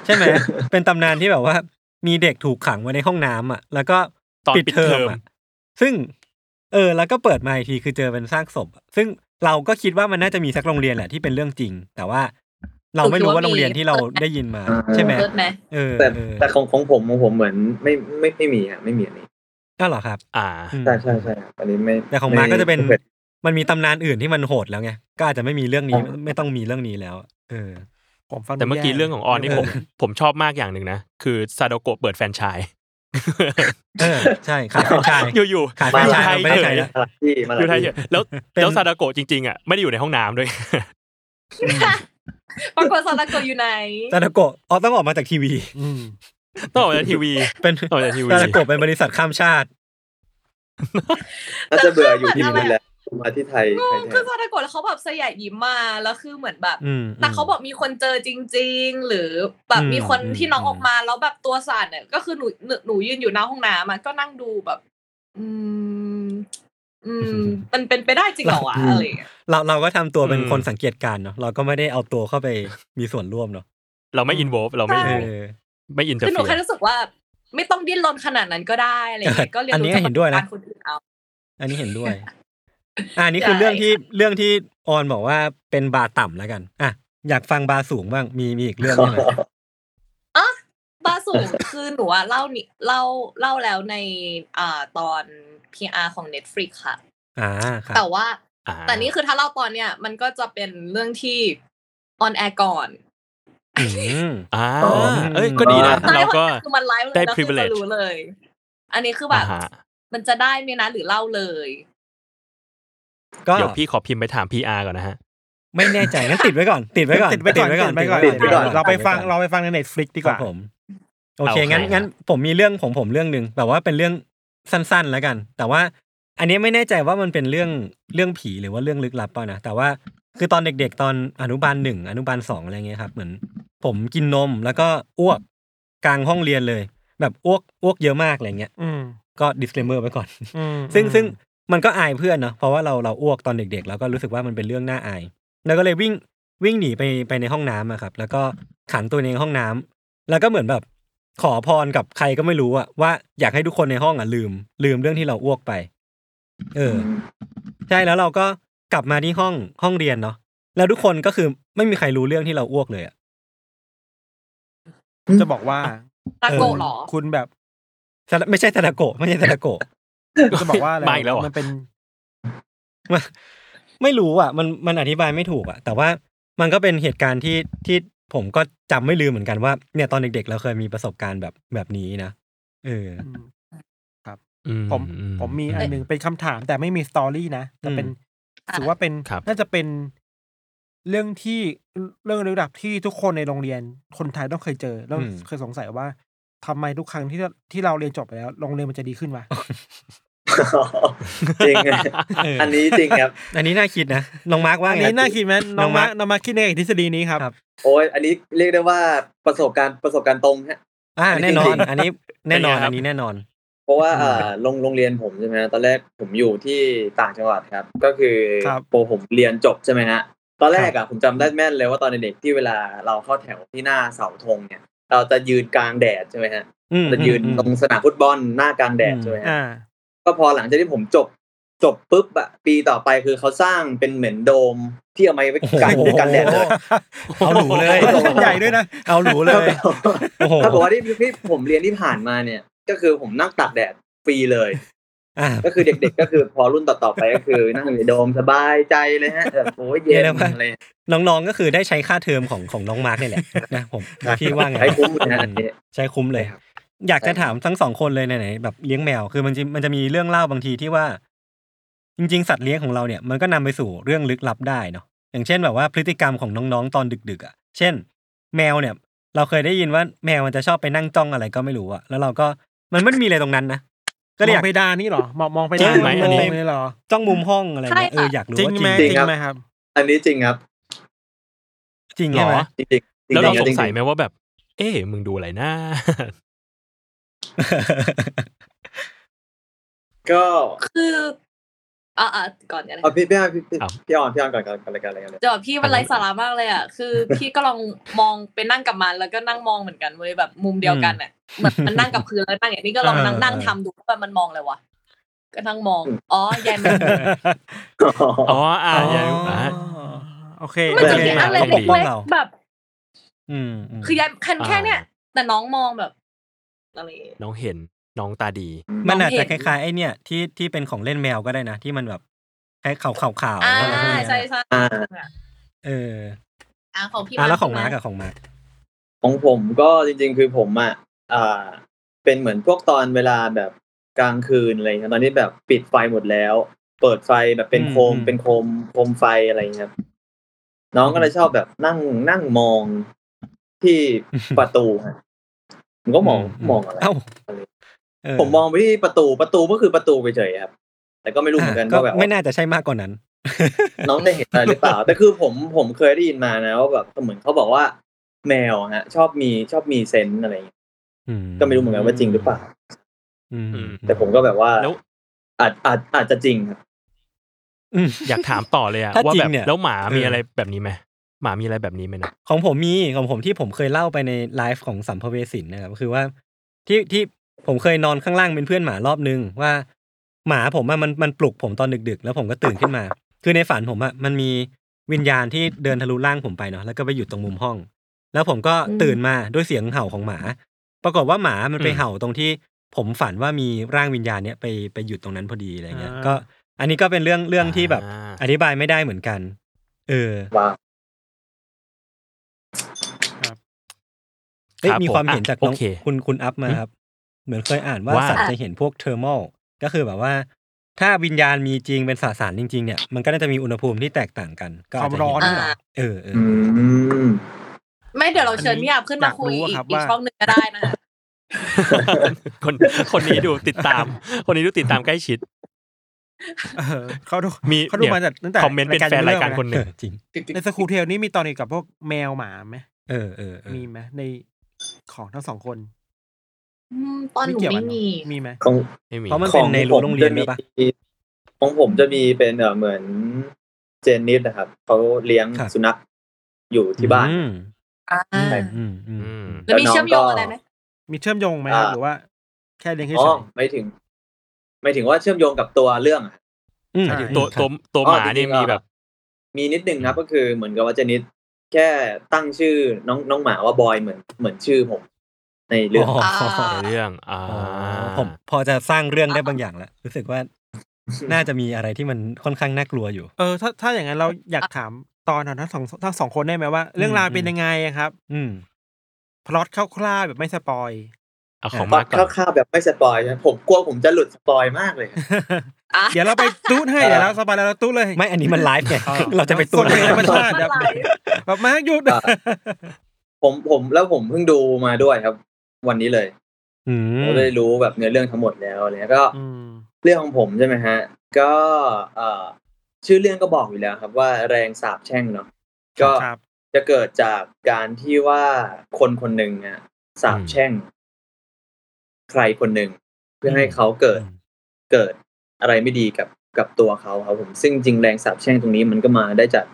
ใช่ไหมเป็นตำนานที่แบบว่า มีเด็กถูกขังไว้ในห้องน้ำอ่ะ แล้วก็ ตอนปิดเทอม ะซึ่ง เออ แล้วก็เปิดมาอีกทีคือเจอเป็นซากศพอะซึ่งเราก็คิดว่ามันน่าจะมีสักโรงเรียนแหละที่เป็นเรื่องจริง แต่ว่า เราไม่รู้ว่าโรงเรียนที่เราได้ยินมา ใช่ไหม เลิศไหม เออ แต่ เออ แต่ของของผมของผมเหมือนไม่ไม่ไม่มีอะไม่มีอันนี้ น่าหรอครับ อ่า อืม ใช่ใช่ใช่ครับอันนี้ไม่ แต่ของมาร์คก็จะเป็น ไม่ มันมีตำนานอื่นที่มันโหดแล้วไง ก็อาจจะไม่มีเรื่องนี้ อ่า ไม่ต้องมีเรื่องนี้แล้ว เออ ผมฟังดู แต่เมื่อกี้ แย่ เรื่องของออนนี่ผมผมชอบมากอย่างหนึ่งนะ คือซาโดโกะเปิดแฟรนไชาย เออ ใช่ขายแฟรนไชส์ อยู่ๆ ขายแฟรนไชส์ อ ไม่ได้ขายนะ มาหลายที่มาห อ ลา ยู่ไทยยเฉ ที่ ยแล้ว เป็น แล้วซาโดโกะจริงๆอ่ะไม่ได้อยู่ในห้องน้ำด้วย ปรากฏซาดาโกะอยู่ไหน ซาดาโกะอ๋อต้องออกมาจากทีวี ต้องออกจากทีวี เป็น ต้องออกจากทีวี ซาดาโกะเป็นบริษัทข้ามชาติ น่าจะเบื่ออยู่ที่ แล้นี่วคือเหมือนอะไรอะ แหละมาที่ไทย ง ไทย ง แท คือน ซาดาโกะแล้วเขาแบบสยายยิ้มมาแล้วคือเหมือนแบบ อืม แต่เขาบอกมีคนเจอจริง ๆ หรือแบบ อืม มีคน อืม ที่น้อง อืม ออกมาแล้วแบบตัวสั่นเนี่ยก็คือหนูหนูหนูยืนอยู่หน้าห้องน้ำอะก็นั่งดูแบบ อืม อืม มันเป็นไปได้จริงเหรอวะอะไรอย่างเงี้ย เราเราก็ทำตัวเป็นคนสังเกตการณ์เนาะ เราก็ไม่ได้เอาตัวเข้าไปมีส่วนร่วมเนาะ เราไม่อินโวฟเราไม่ เอ อิน อ ไม่อินเตอ คือ ร์ หนู เฟี แค่ ยร์ รู้สึกว่า ไม่ต้องดิ้นรนขนาดนั้นก็ได้อะไรอย่างเงี้ยก็เรียน อันนี้ รู้จาก เห็นด้วยนะ ปรสบการณ์คนอื่นเอา อันนี้เห็น ด้วย อ่านี่คือเรื่องที่เรื่องที่ออนบอกว่าเป็นบาร์ต่ำแล้วกัน อ่ะ อยากฟังบาร์สูงบ้าง มีมีอีกเรื่องไหม บาร์ สูง คือหนูอะเล่านี่เล่าเล่าแล้วในอ่าตอน PR ของ Netflix ค่ะ อ่าครับ แต่ว่า อ่า แต่นี่คือถ้าเล่าตอนเนี้ยมันก็จะเป็นเรื่องที่ออนแอร์ก่อน อืม อ่า อ๋อ เอ้ยก็ดีนะ ตอน เรา นี้ ก็ คือมันไลฟ์เลย ได้ แล้วคือ privilege จะรู้เลย อันนี้คือแบบ อ่าฮะ มันจะได้ไหมนะหรือเล่าเลย ก็ เดี๋ยวพี่ขอพิมพ์ไปถาม PR ก่อนนะฮะ ไม่แน่ใจงั้นติดไว้ก่อน ติดไว้ก่อน ติดไว้ก่อนติดไว้ก่อน ติดไว้ก่อน เราไปฟังเราไปฟังในเน็ตฟลิกดี ดี ก กว่า ว่า ผม โอเค เอาใคร งั้น ฮะ งั้นผมมีเรื่องของผมเรื่องหนึ่งแบบว่าเป็นเรื่องสั้นๆแล้วกัน แต่ว่าอันนี้ไม่แน่ใจว่ามันเป็นเรื่องเรื่องผีหรือว่าเรื่องลึกลับเปล่านะแต่ว่าคือตอนเด็กๆ ตอนอนุบาลหนึ่งอนุบาลสองอะไรเงี้ยครับเหมือน ผมกินนมแล้วก็อ้วกกลางห้องเรียนเลย แบบอ้วกอ้วกเยอะมากอะไรเงี้ย อืม ก็ disclaimer ไว้ก่อน อืม ซึ่งซึ่งมันก็อายเพื่อนเนาะเพราะว่าเราเราอ้วกตอนเด็กๆ แล้วก็รู้สึกว่ามันเป็นเรื่องน่าอาย แล้วก็เลยวิ่งวิ่งหนีไปไปในห้องน้ำอะครับ แล้วก็ขังตัวเองในห้องน้ำแล้วก็เหมือนแบบขอพรกับใครก็ไม่รู้อะว่าอยากให้ทุกคนในห้องอะลืม ลืมเรื่องที่เราอ้วกไป เออ ใช่แล้วเราก็กลับมาที่ห้องห้องเรียนเนาะแล้วทุกคนก็คือไม่มีใครรู้เรื่องที่เราอ้วกเลยอะ จะบอกว่า ตะโกะหรอ คุณแบบ ซาดะไม่ใช่ซาดาโกะไม่ใช่ซาดาโกะ จะบอกว่าอะไร มาอีกแล้วเหรอ มันเป็น มันไม่รู้อ่ะมันมันอธิบายไม่ถูกอ่ะ แต่ว่ามันก็เป็นเหตุการณ์ที่ที่ผมก็จำไม่ลืมเหมือนกันว่าเนี่ยตอนเด็กๆ เราเคยมีประสบการณ์แบบแบบนี้นะเออ อืม อื ผมผมมีอันหนึ่งเป็นคำถามแต่ไม่มีสตอรี่นะแต่เป็น อ่ะ ถือว่าเป็น ครับ น่าจะเป็นเรื่องที่เรื่องระดับที่ทุกคนในโรงเรียนคนไทยต้องเคยเจอ แล้ว อืม เคยสงสัยว่าทำไมทุกครั้งที่เราที่เราเรียนจบไปแล้วโรงเรียนมันจะดีขึ้นวะ จริงอะ เอออั อันนี้จริงครับ อันนี้น่าคิดนะน้องมาร์กว่า อัน ไง นี้น่าคิดไหม น้ น้ อ อง ง มา มา ร์คร์คน้องมาร์คคิดในทฤษฎีนี้ครับ ครับ โอ้ยอันนี้เรียกได้ว่าประสบการณ์ประสบการณ์ตรงฮะ อ่าแน่นอน อัน นี้แน่นอน เป็นไงครับ อันนี้แน่นอน เพราะว่าเอ่อโรงโรงเรียนผมใช่ไหมฮะตอนแรกผมอยู่ที่ต่างจังหวัดครับ ก็คือ ครับ โปรผมเรียนจบใช่ไหมฮะตอนแรกอะผมจำได้แม่นเลยว่าตอนเด็กๆที่เวลาเราเข้าแถวที่หน้าเสาธงเนี่ย เราจะยืนกลางแดดใช่ไหมฮะ อืม จะยืน อืม ตรงสนามฟุตบอลหน้ากลางแดดใช่ไหมฮะ อ่า ก็พอหลังจากที่ผมจบจบปุ๊บอะปีต่อไปคือเขาสร้างเป็นเหมือนโดมที่เอาไว้ไว้กัน โอ้โห กันแดดเลย เอาหนูเลย โอ้โห ใหญ่ด้วยนะ เอาหนูเลย โอ้โห ถ้าบอกว่าที่ที่ผมเรียนที่ผ่านมาเนี่ย ก็คือผมนั่งตากแดดฟรีเลย อ่า ก็คือเด็กๆ ก็คือพอรุ่นต่อๆไปก็คือนั่งอยู่ในโดมสบายใจเลยฮะแบบโอ้ยเย็น เรียกว่า อะไร น้องๆก็คือได้ใช้ค่าเทอมของของน้องมาร์กนี่แหละนะผมพี่ว่าไง ใช้คุ้มเลยนะอันนี้ ใช้คุ้มเลย ใช่ครับ อยากจะ ใช่ครับ ถามทั้งสองคนเลยไหนๆแบบเลี้ยงแมวคือมันจะมันจะมีเรื่องเล่าบางทีที่ว่า จริง ๆ สัตว์เลี้ยงของเราเนี่ยมันก็นำไปสู่เรื่องลึกลับได้เนาะอย่างเช่นแบบว่าพฤติกรรมของน้องๆตอนดึก ๆ อ่ะ เช่น แมวเนี่ย เราเคยได้ยินว่าแมวมันจะชอบไปนั่งจ้องอะไรก็ไม่รู้อ่ะแล้วเราก็มันไม่มีอะไรตรงนั้นนะก็ ก็ เลย มออายก งไปดานนี่เหรอมองมองไป จริ ดาน งไหมอันนี้ มองเลยเหรอ จ้องมุมห้องอะไรเงี้ย ใช่ค่ะ เอออยากรู้ จริง ว่า ไหม จริจริ ง ง ครับ ไหมครับ อันนี้จริงครับ จริง เหร ใช่ไหม อ จริงๆจริง แล้วเรา ๆ สงสัย จ ไหม ริง ว่าแบบ เอ๊ะมึงดูอะไรนะ ๆก็ คืออ่าก่อนอะไร เอาพี่พี่อ้อยพี่พี่ เอา พี่ออนพี่ออนก่อนก่อนก่อนเลยกันเลยกันเลย เดี๋ยวพี่มันไร้สาระมากเลยอ่ะคือ พี่ก็ลองมองไปนั่งกับมันแล้วก็นั่งมองเหมือนกันเว้ยแบบมุมเดียวกันอ่ะเหมือนมันนั่งกับพื้นแล้วนั่งอย่างนี้ก็ลองนั่งนั่งทำดูว่ามันมองอะไรวะก็นั่งมองอ๋อแยมน อ๋ออ่าอย่า อ๋อ อ่า โอเค มันจะ โอเค มีอะไร ต้งปเล็กป้อง ก เรา ๆแบบ อืมอืม คือยายคัน อ่า แค่เนี้ยแต่น้องมองแบบอะไรอย่างเงี้ย น้องเห็นน้องตาดี มันอาจจะ น้อง ค เห็น ล้ายๆไอเนี่ยที่ที่เป็นของเล่นแมวก็ได้นะที่มันแบบคล้ายขาวขาวๆ อ่า อะไรพวกเนี้ย ใช่ใช่ อ่า เออ อ่าของพี่ อ่ะแล้วของ ใช่ มา ไห ร์กกับของมาร์ก ของผมก็จริง ๆ คือผมอ่ะอ่า เป็นเหมือนพวกตอนเวลาแบบกลางคืนอะไรเงี้ยตอนนี้แบบปิดไฟหมดแล้ว เปิดไฟแบบเป็นโคมเป็นโคมโคมไฟอะไรเงี้ยครับ น้องก็เลยชอบแบบนั่งนั่งมองที่ประตูฮะผมก็มองมองอะไร เอ้าเ ผมมองไปที่ประตูประตูก็คือประตูไปเฉยๆครับ แต่ก็ไม่รู้เหมือนกันว่าแบบ ไม่น่าจะใช่มากกว่านั้น น้องได้เห็นอะไรหรือเปล่า แต่คือผมผมเคยได้ยินมานะว่าแบบเหมือนเขาบอกว่า แมวฮะ ชอบมีชอบมีเซนส์อะไรอย่างเงี้ยก็ไม่รู้เหมือนกันว่าจริงหรือเปล่า อืม แต่ผมก็แบบว่า แล้ว อาจอาจอาจจะจริงครับ อืม อยากถามต่อเลยอะ ถ้า ว่า จริ แบ ง บ เนี่ย แล้วหมาเออมีอ อะไรแบบนี้ไหมหมามีอะไรแบบนี้ไหมนะ ของผมมีของผมที่ผมเคยเล่าไปในไลฟ์ของสัมภเวสินนะครับคือว่าที่ที่ผมเคยนอนข้างล่างเป็นเพื่อนหมารอบนึงว่า หมาผมอะมันมันปลุกผมตอนดึก ๆ แล้วผมก็ตื่นขึ้นมา คือในฝันผมอะมันมีวิญญาณที่เดินทะลุร่างผมไปเนาะแล้วก็ไปอยู่ตรงมุมห้อง แล้วผมก็ตื่นมาด้วยเสียงเห่าของหมา ปรากฏว่าหมามันไป อืม เห่าตรงที่ผมฝันว่ามีร่างวิญญาณเนี่ยไปไปหยุดตรงนั้นพอดีอะไรเงี้ย อ่า ก็ อันนี้ก็เป็นเรื่องเรื่องที่แบบ อ่า อธิบายไม่ได้เหมือนกัน เออ ว้าว เอ้ย ครับ มี ผม ความเห็น อ่ะ จากน้อง โอเค คุณคุณอัพมาครับ เหมือนเคยอ่านว่า ว่า สัตว์จะเห็นพวกเทอร์มลก็คือแบบว่า ถ้าวิญญาณมีจริงเป็นสสารจริง ๆ เนี่ยมันก็น่าจะมีอุณหภูมิที่แตกต่างกันก็จควาจะมเห็ ร้อน อ่า เหรอ เออเออ อืม ไม่เดี๋ยวเราเชิญพี่อาบขึ้นมาคุย อยากรู้อะคอีกรับ อีก ว่า ช่องหนึ่งก็ได้นะ คนคนนี้ดูติดตาม คนนี้ดูติดตามใกล้ชิด เออเขาดู มี เขาดู เนี่ย มาจากตั้งแต่ คอมเมนต์เป็นแฟนรายการคนห เอ นึ่ง อจริง ในสกูเทลนี่มีตอนเกี่ยวกับพวกแมวหมาไหม เออเออเออ มีไหมในของทั้งสองคน อืมตอนหนู เกี่ยวกั ไม่ นเนอะ มี มีไหม ของ ไม่มี เพราะมันเป็นในรั้วโรงเรียนด้วยปะ ของผมจะมีเป็นเอ่อเหมือนเจนนิสนะครับเขาเลี้ยง ครับ สุนัขอยู่ที่บ้าน อืม อ่า อืมอืมอืม อืม แล้วมีเชื่อมโยงอะไรไหม มีเชื่อมโยงไหมครับ อ่า หรือว่า แค่เลี้ยงให้ อ๋อ เฉย ไม่ถึง ไม่ถึงว่าเชื่อมโยงกับตัวเรื่องอะ อืม หมายถึงตัวตัวตัวหมาอ๋อจเนี่ยริงๆ มีแบบ มีนิดนึงนะก็คือเหมือนกับว่าเจนนิสแค่ตั้งชื่อน้องน้องหมาว่าบอยเหมือนเหมือนชื่อผม ในเรื่อง อ๋อ อ่า ในเรื่องอ่า อ๋อผมพอจะสร้างเรื่องได้บางอย่างแล้วรู้สึกว่าน่าจะมีอะไรที่มันค่อนข้างน่ากลัวอยู่ เออถ้าถ้าอย่างนั้นเราอยากถามตอนของทั้งสองทั้งสองคนได้ไหมว่า เรื่องราวเป็นยังไงอะครับ อืม พล็อตคร่าวๆแบบไม่สปอย เอาของ ตอ มาน ก่อน คร่าวๆแบบไม่สปอยใช่ไหมผมกลัวผมจะหลุดสปอยมากเลย อ่ะ เดี๋ยวเราไปตู้ดให้เดี๋ยวเราสบายแล้วเราตู้ดเลย ไม่ อันนี้มันไลฟ์ไง อ๋อ เราจะไปตรวจ สดเลยธรรมชาติ มันไลฟ์ แบบมาหยุด อ่า ผมผมแล้วผมเพิ่งดูมาด้วยครับ วันนี้เลย อืม ผมเลยรู้แบบเนื้อเรื่องทั้งหมดแล้วอะไรเงี้ยก็ อืม เรื่องของผมใช่ไหมฮะ ก็เอ่อชื่อเรื่องก็บอกอยู่แล้วครับว่าแรงสาบแช่งเนาะก็ ครับ จะเกิดจากการที่ว่าคนคนหนึ่งอะสาบแช่ง ใครคนหนึ่ง เพื่อให้เขาเกิดเกิดอะไรไม่ดีกับกับตัวเขาครับผมซึ่งจริงแรงสาบแช่งตรงนี้มันก็มาได้จาก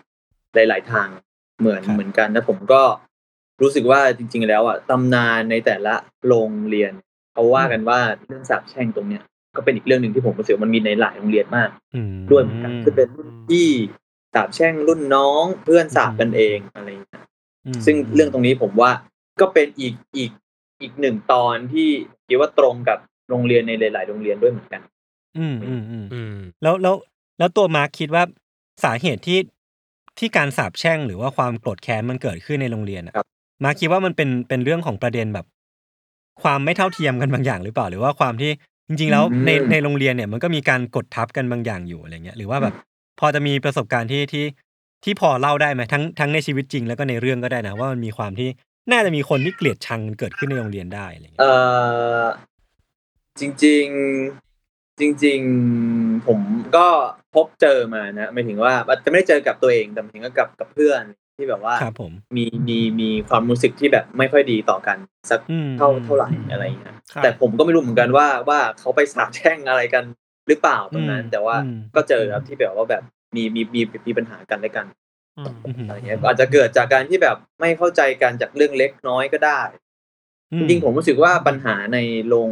หลาย ๆ ทางเหมือนเหมือนกันนะผมก็รู้สึกว่าจริง ๆ แล้วอะตำนานในแต่ละโรงเรียนเขาว่ากันว่าเรื่องสาบแช่งตรงเนี้ย ก็เป็นอีกเรื่องหนึ่งที่ผมรู้สึกว่ามันมีในหลายโรงเรียนมาก อืม ด้วยเหมือนกันคือเป็นรุ่นพี่สาบแช่งรุ่นน้องเพื่อนสาบกันเองอะไรอย่างเงี้ย อืม ซึ่งเรื่องตรงนี้ผมว่าก็เป็นอีกอีกอีกหนึ่งตอนที่คิดว่าตรงกับโรงเรียนในหลาย ๆ โรงเรียนด้วยเหมือนกัน อืมอืมอืม อืม แล้วแล้วแล้วตัวมาร์คคิดว่าสาเหตุที่ที่การสาบแช่งหรือว่าความโกรธแค้นมันเกิดขึ้นในโรงเรียนอะ ครับ มาร์คคิดว่ามันเป็นเป็นเรื่องของประเด็นแบบ ความไม่เท่าเทียมกันบางอย่างหรือเปล่า หรือว่าความที่จริง ๆ แล้วในในโรงเรียนเนี่ยมันก็มีการกดทับกันบางอย่างอยู่อะไรเงี้ยหรือว่าแบบ พอจะมีประสบการณ์ที่ที่ที่พอเล่าได้ไหมทั้งทั้งในชีวิตจริงแล้วก็ในเรื่องก็ได้นะ ว่ามันมีความที่น่าจะมีคนที่เกลียดชังกันเกิดขึ้นในโรงเรียนได้อะไรเงี้ย เอ่อจริง ๆ จริง ๆ ผมก็พบเจอมานะหมายถึงว่าอาจจะไม่ได้เจอกับตัวเองแต่หมายถึงว่ากับกับเพื่อนที่แบบว่า ครับผม มีมีมีความรู้สึกที่แบบไม่ค่อยดีต่อกันสัก อืม เท่า อืม เท่าไหร่อะไรอย่างเงี้ย ครับ แต่ผมก็ไม่รู้เหมือนกันว่าว่าเขาไปสาบแช่งอะไรกันหรือเปล่าตรงนั้น อืม แต่ว่า อืม ก็เจอครับที่แบบว่าแบบมีมีมีมีปัญหากันและกัน อืม อืม อะไรเงี้ยก็อาจจะเกิดจากการที่แบบไม่เข้าใจกันจากเรื่องเล็กน้อยก็ได้ อื จริงๆผมรู้สึกว่าปัญหาในโรง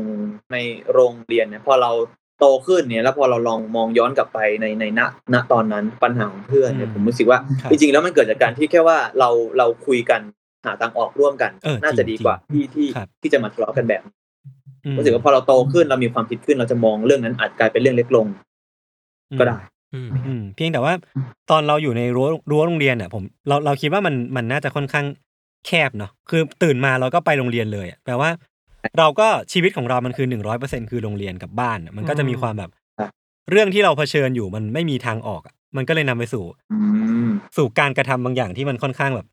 ในโรงเรียนเนี่ยพอเราโตขึ้นเนี่ยแล้วพอเราลองมองย้อนกลับไปในในณณตอนนั้นปัญหาของเพื่อนเนี่ยผมรู้สึกว่า คบ จริงๆแล้วมันเกิดจากการที่แค่ว่าเราเราคุยกันหาทางออกร่วมกัน เออ น่าจะดีกว่าที่ที่ ครับ ที่จะมาทะเลาะกันแบบนี้ อืม รู้สึกว่าพอเราโตขึ้นเรามีความคิดขึ้นเราจะมองเรื่องนั้นอาจกลายเป็นเรื่องเล็กลงก็ได้ อืม อืมเพียงแต่ว่าตอนเราอยู่ในรั้วรั้วโรงเรียนอ่ะผมเราเราคิดว่ามันมันน่าจะค่อนข้างแคบเนาะคือตื่นมาเราก็ไปโรงเรียนเลยอะแปลว่า เราก็ชีวิตของเรามันคือหนึ่งร้อยเปอร์เซ็นคือโรงเรียนกับบ้านอะมันก็จะมีความแบบ ครับ เรื่องที่เราเผชิญอยู่มันไม่มีทางออกอะมันก็เลยนำไปสู่ อืม สู่การกระทำบางอย่างที่มันค่อนข้างแบบ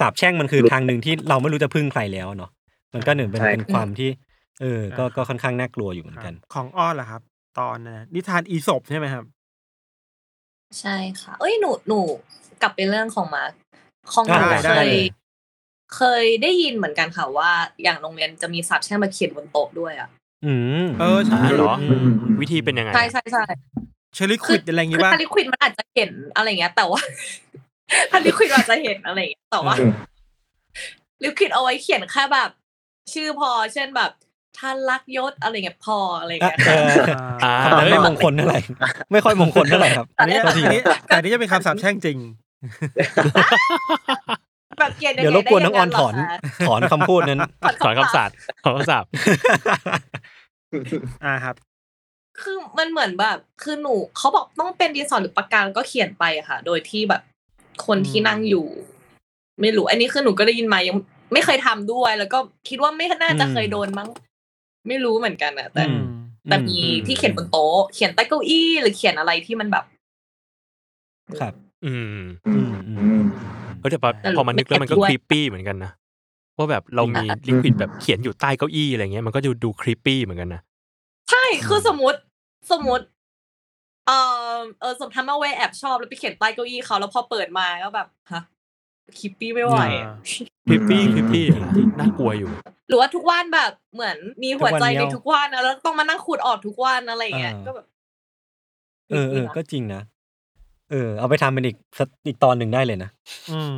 สาบแช่งมันคือ หลุด ทางหนึ่งที่เราไม่รู้จะพึ่งใครแล้วเนาะมันก็หนึ่งเป็น ใช่ เป็นความที่ เออ ก็ก็ค่อนข้างน่ากลัวอยู่เหมือน ค กั รั น บของอ้อนเหรอครับ ตอนน่ะนิทานอีสบใช่ไหมครับ ใช่ค่ะ เอ้ยหนูหนูกลับไปเรื่องของมาร์คของหนู ได้ได้ เคย เลย เคยได้ยินเหมือนกันค่ะว่า อย่างโรงเรียนจะมีสับแช่งมาเขียนบนโต๊ะด้วยอ่ะ อืม เออใช่ อ่าเหรอ ม วิธีเป็นยังไง ใช่ใช่ใช่ เชอร์รี่ควิดอะไรอย่าง คื งี้ อ ว่า ทาริควิดมันอาจจะเห็นอะไรอย่างเงี้ย แต่ว่า ทาริควิดอาจจะเห็นอะไรอย่างเงี้ยแต่ว่า อืม ลิควิดเอาไว้เขียนแค่แบบ ชื่อพอเช่นแบบท่านรักยศอะไรเงี้ยพออะไรเงี้ย เออ อ่า คำนั้นไม่มงคลเท่าไหร่ ไม่ค่อยมงคลเท่าไหร่ครับ อันนี้ โทษที อันนี้แต่อันนี้จะเป็นคำสาปแช่งจริง แบบเกลียด เดี๋ยวรบกวนน้องออนถอน ถอนคำพูดนั้น สอนคำศัพท์สอนคำศัพท์ อ่าครับ คือมันเหมือนแบบ คือหนูเขาบอกต้องเป็นดินสอหรือปากกาแล้วก็เขียนไปอะค่ะ โดยที่แบบ คนที่นั่งอยู่ ไม่รู้ อันนี้คือหนูก็ได้ยินมายังไม่เคยทำด้วย แล้วก็คิดว่าไม่น่าจะเคยโดนมั้ง ไม่รู้เหมือนกันอะแต่ อืม แต่มีที่เขียนบนโต๊ะ เขียนใต้เก้าอี้หรือเขียนอะไรที่มันแบบ ครับ อืม อืมอืม เออแต่พอ แต่ พอมันนึกแล้วมันก็คไม่เก็ ลิ บ ปปี้เหมือนกันนะว่าแบบเรามี อ่ะ ลิควิดแบบเขียนอยู่ใต้เก้าอี้อะไรเงี้ยมันก็ดูดูคลิปปี้เหมือนกันนะ ใช่ คือสมมติ สมมติ เออเออสมมติทำมาเวแอบชอบแล้วไปเขียนใต้เก้าอี้เขาแล้วพอเปิดมาก็แบบฮะคิปปี้ไม่ไหวอะ คลิปปี้คลิปปี้นะน่ากลัวอยู่ หรือว่าทุกวันแบบเหมือนมีหัวใจในทุกวันนะแล้วต้องมานั่งขูดออกทุกวันอะไรอย่างเงี้ยก็แบบ เออเออก็จริงนะเออ เอาไปทำเป็นอีกสักอีกตอนหนึ่งได้เลยนะ อืม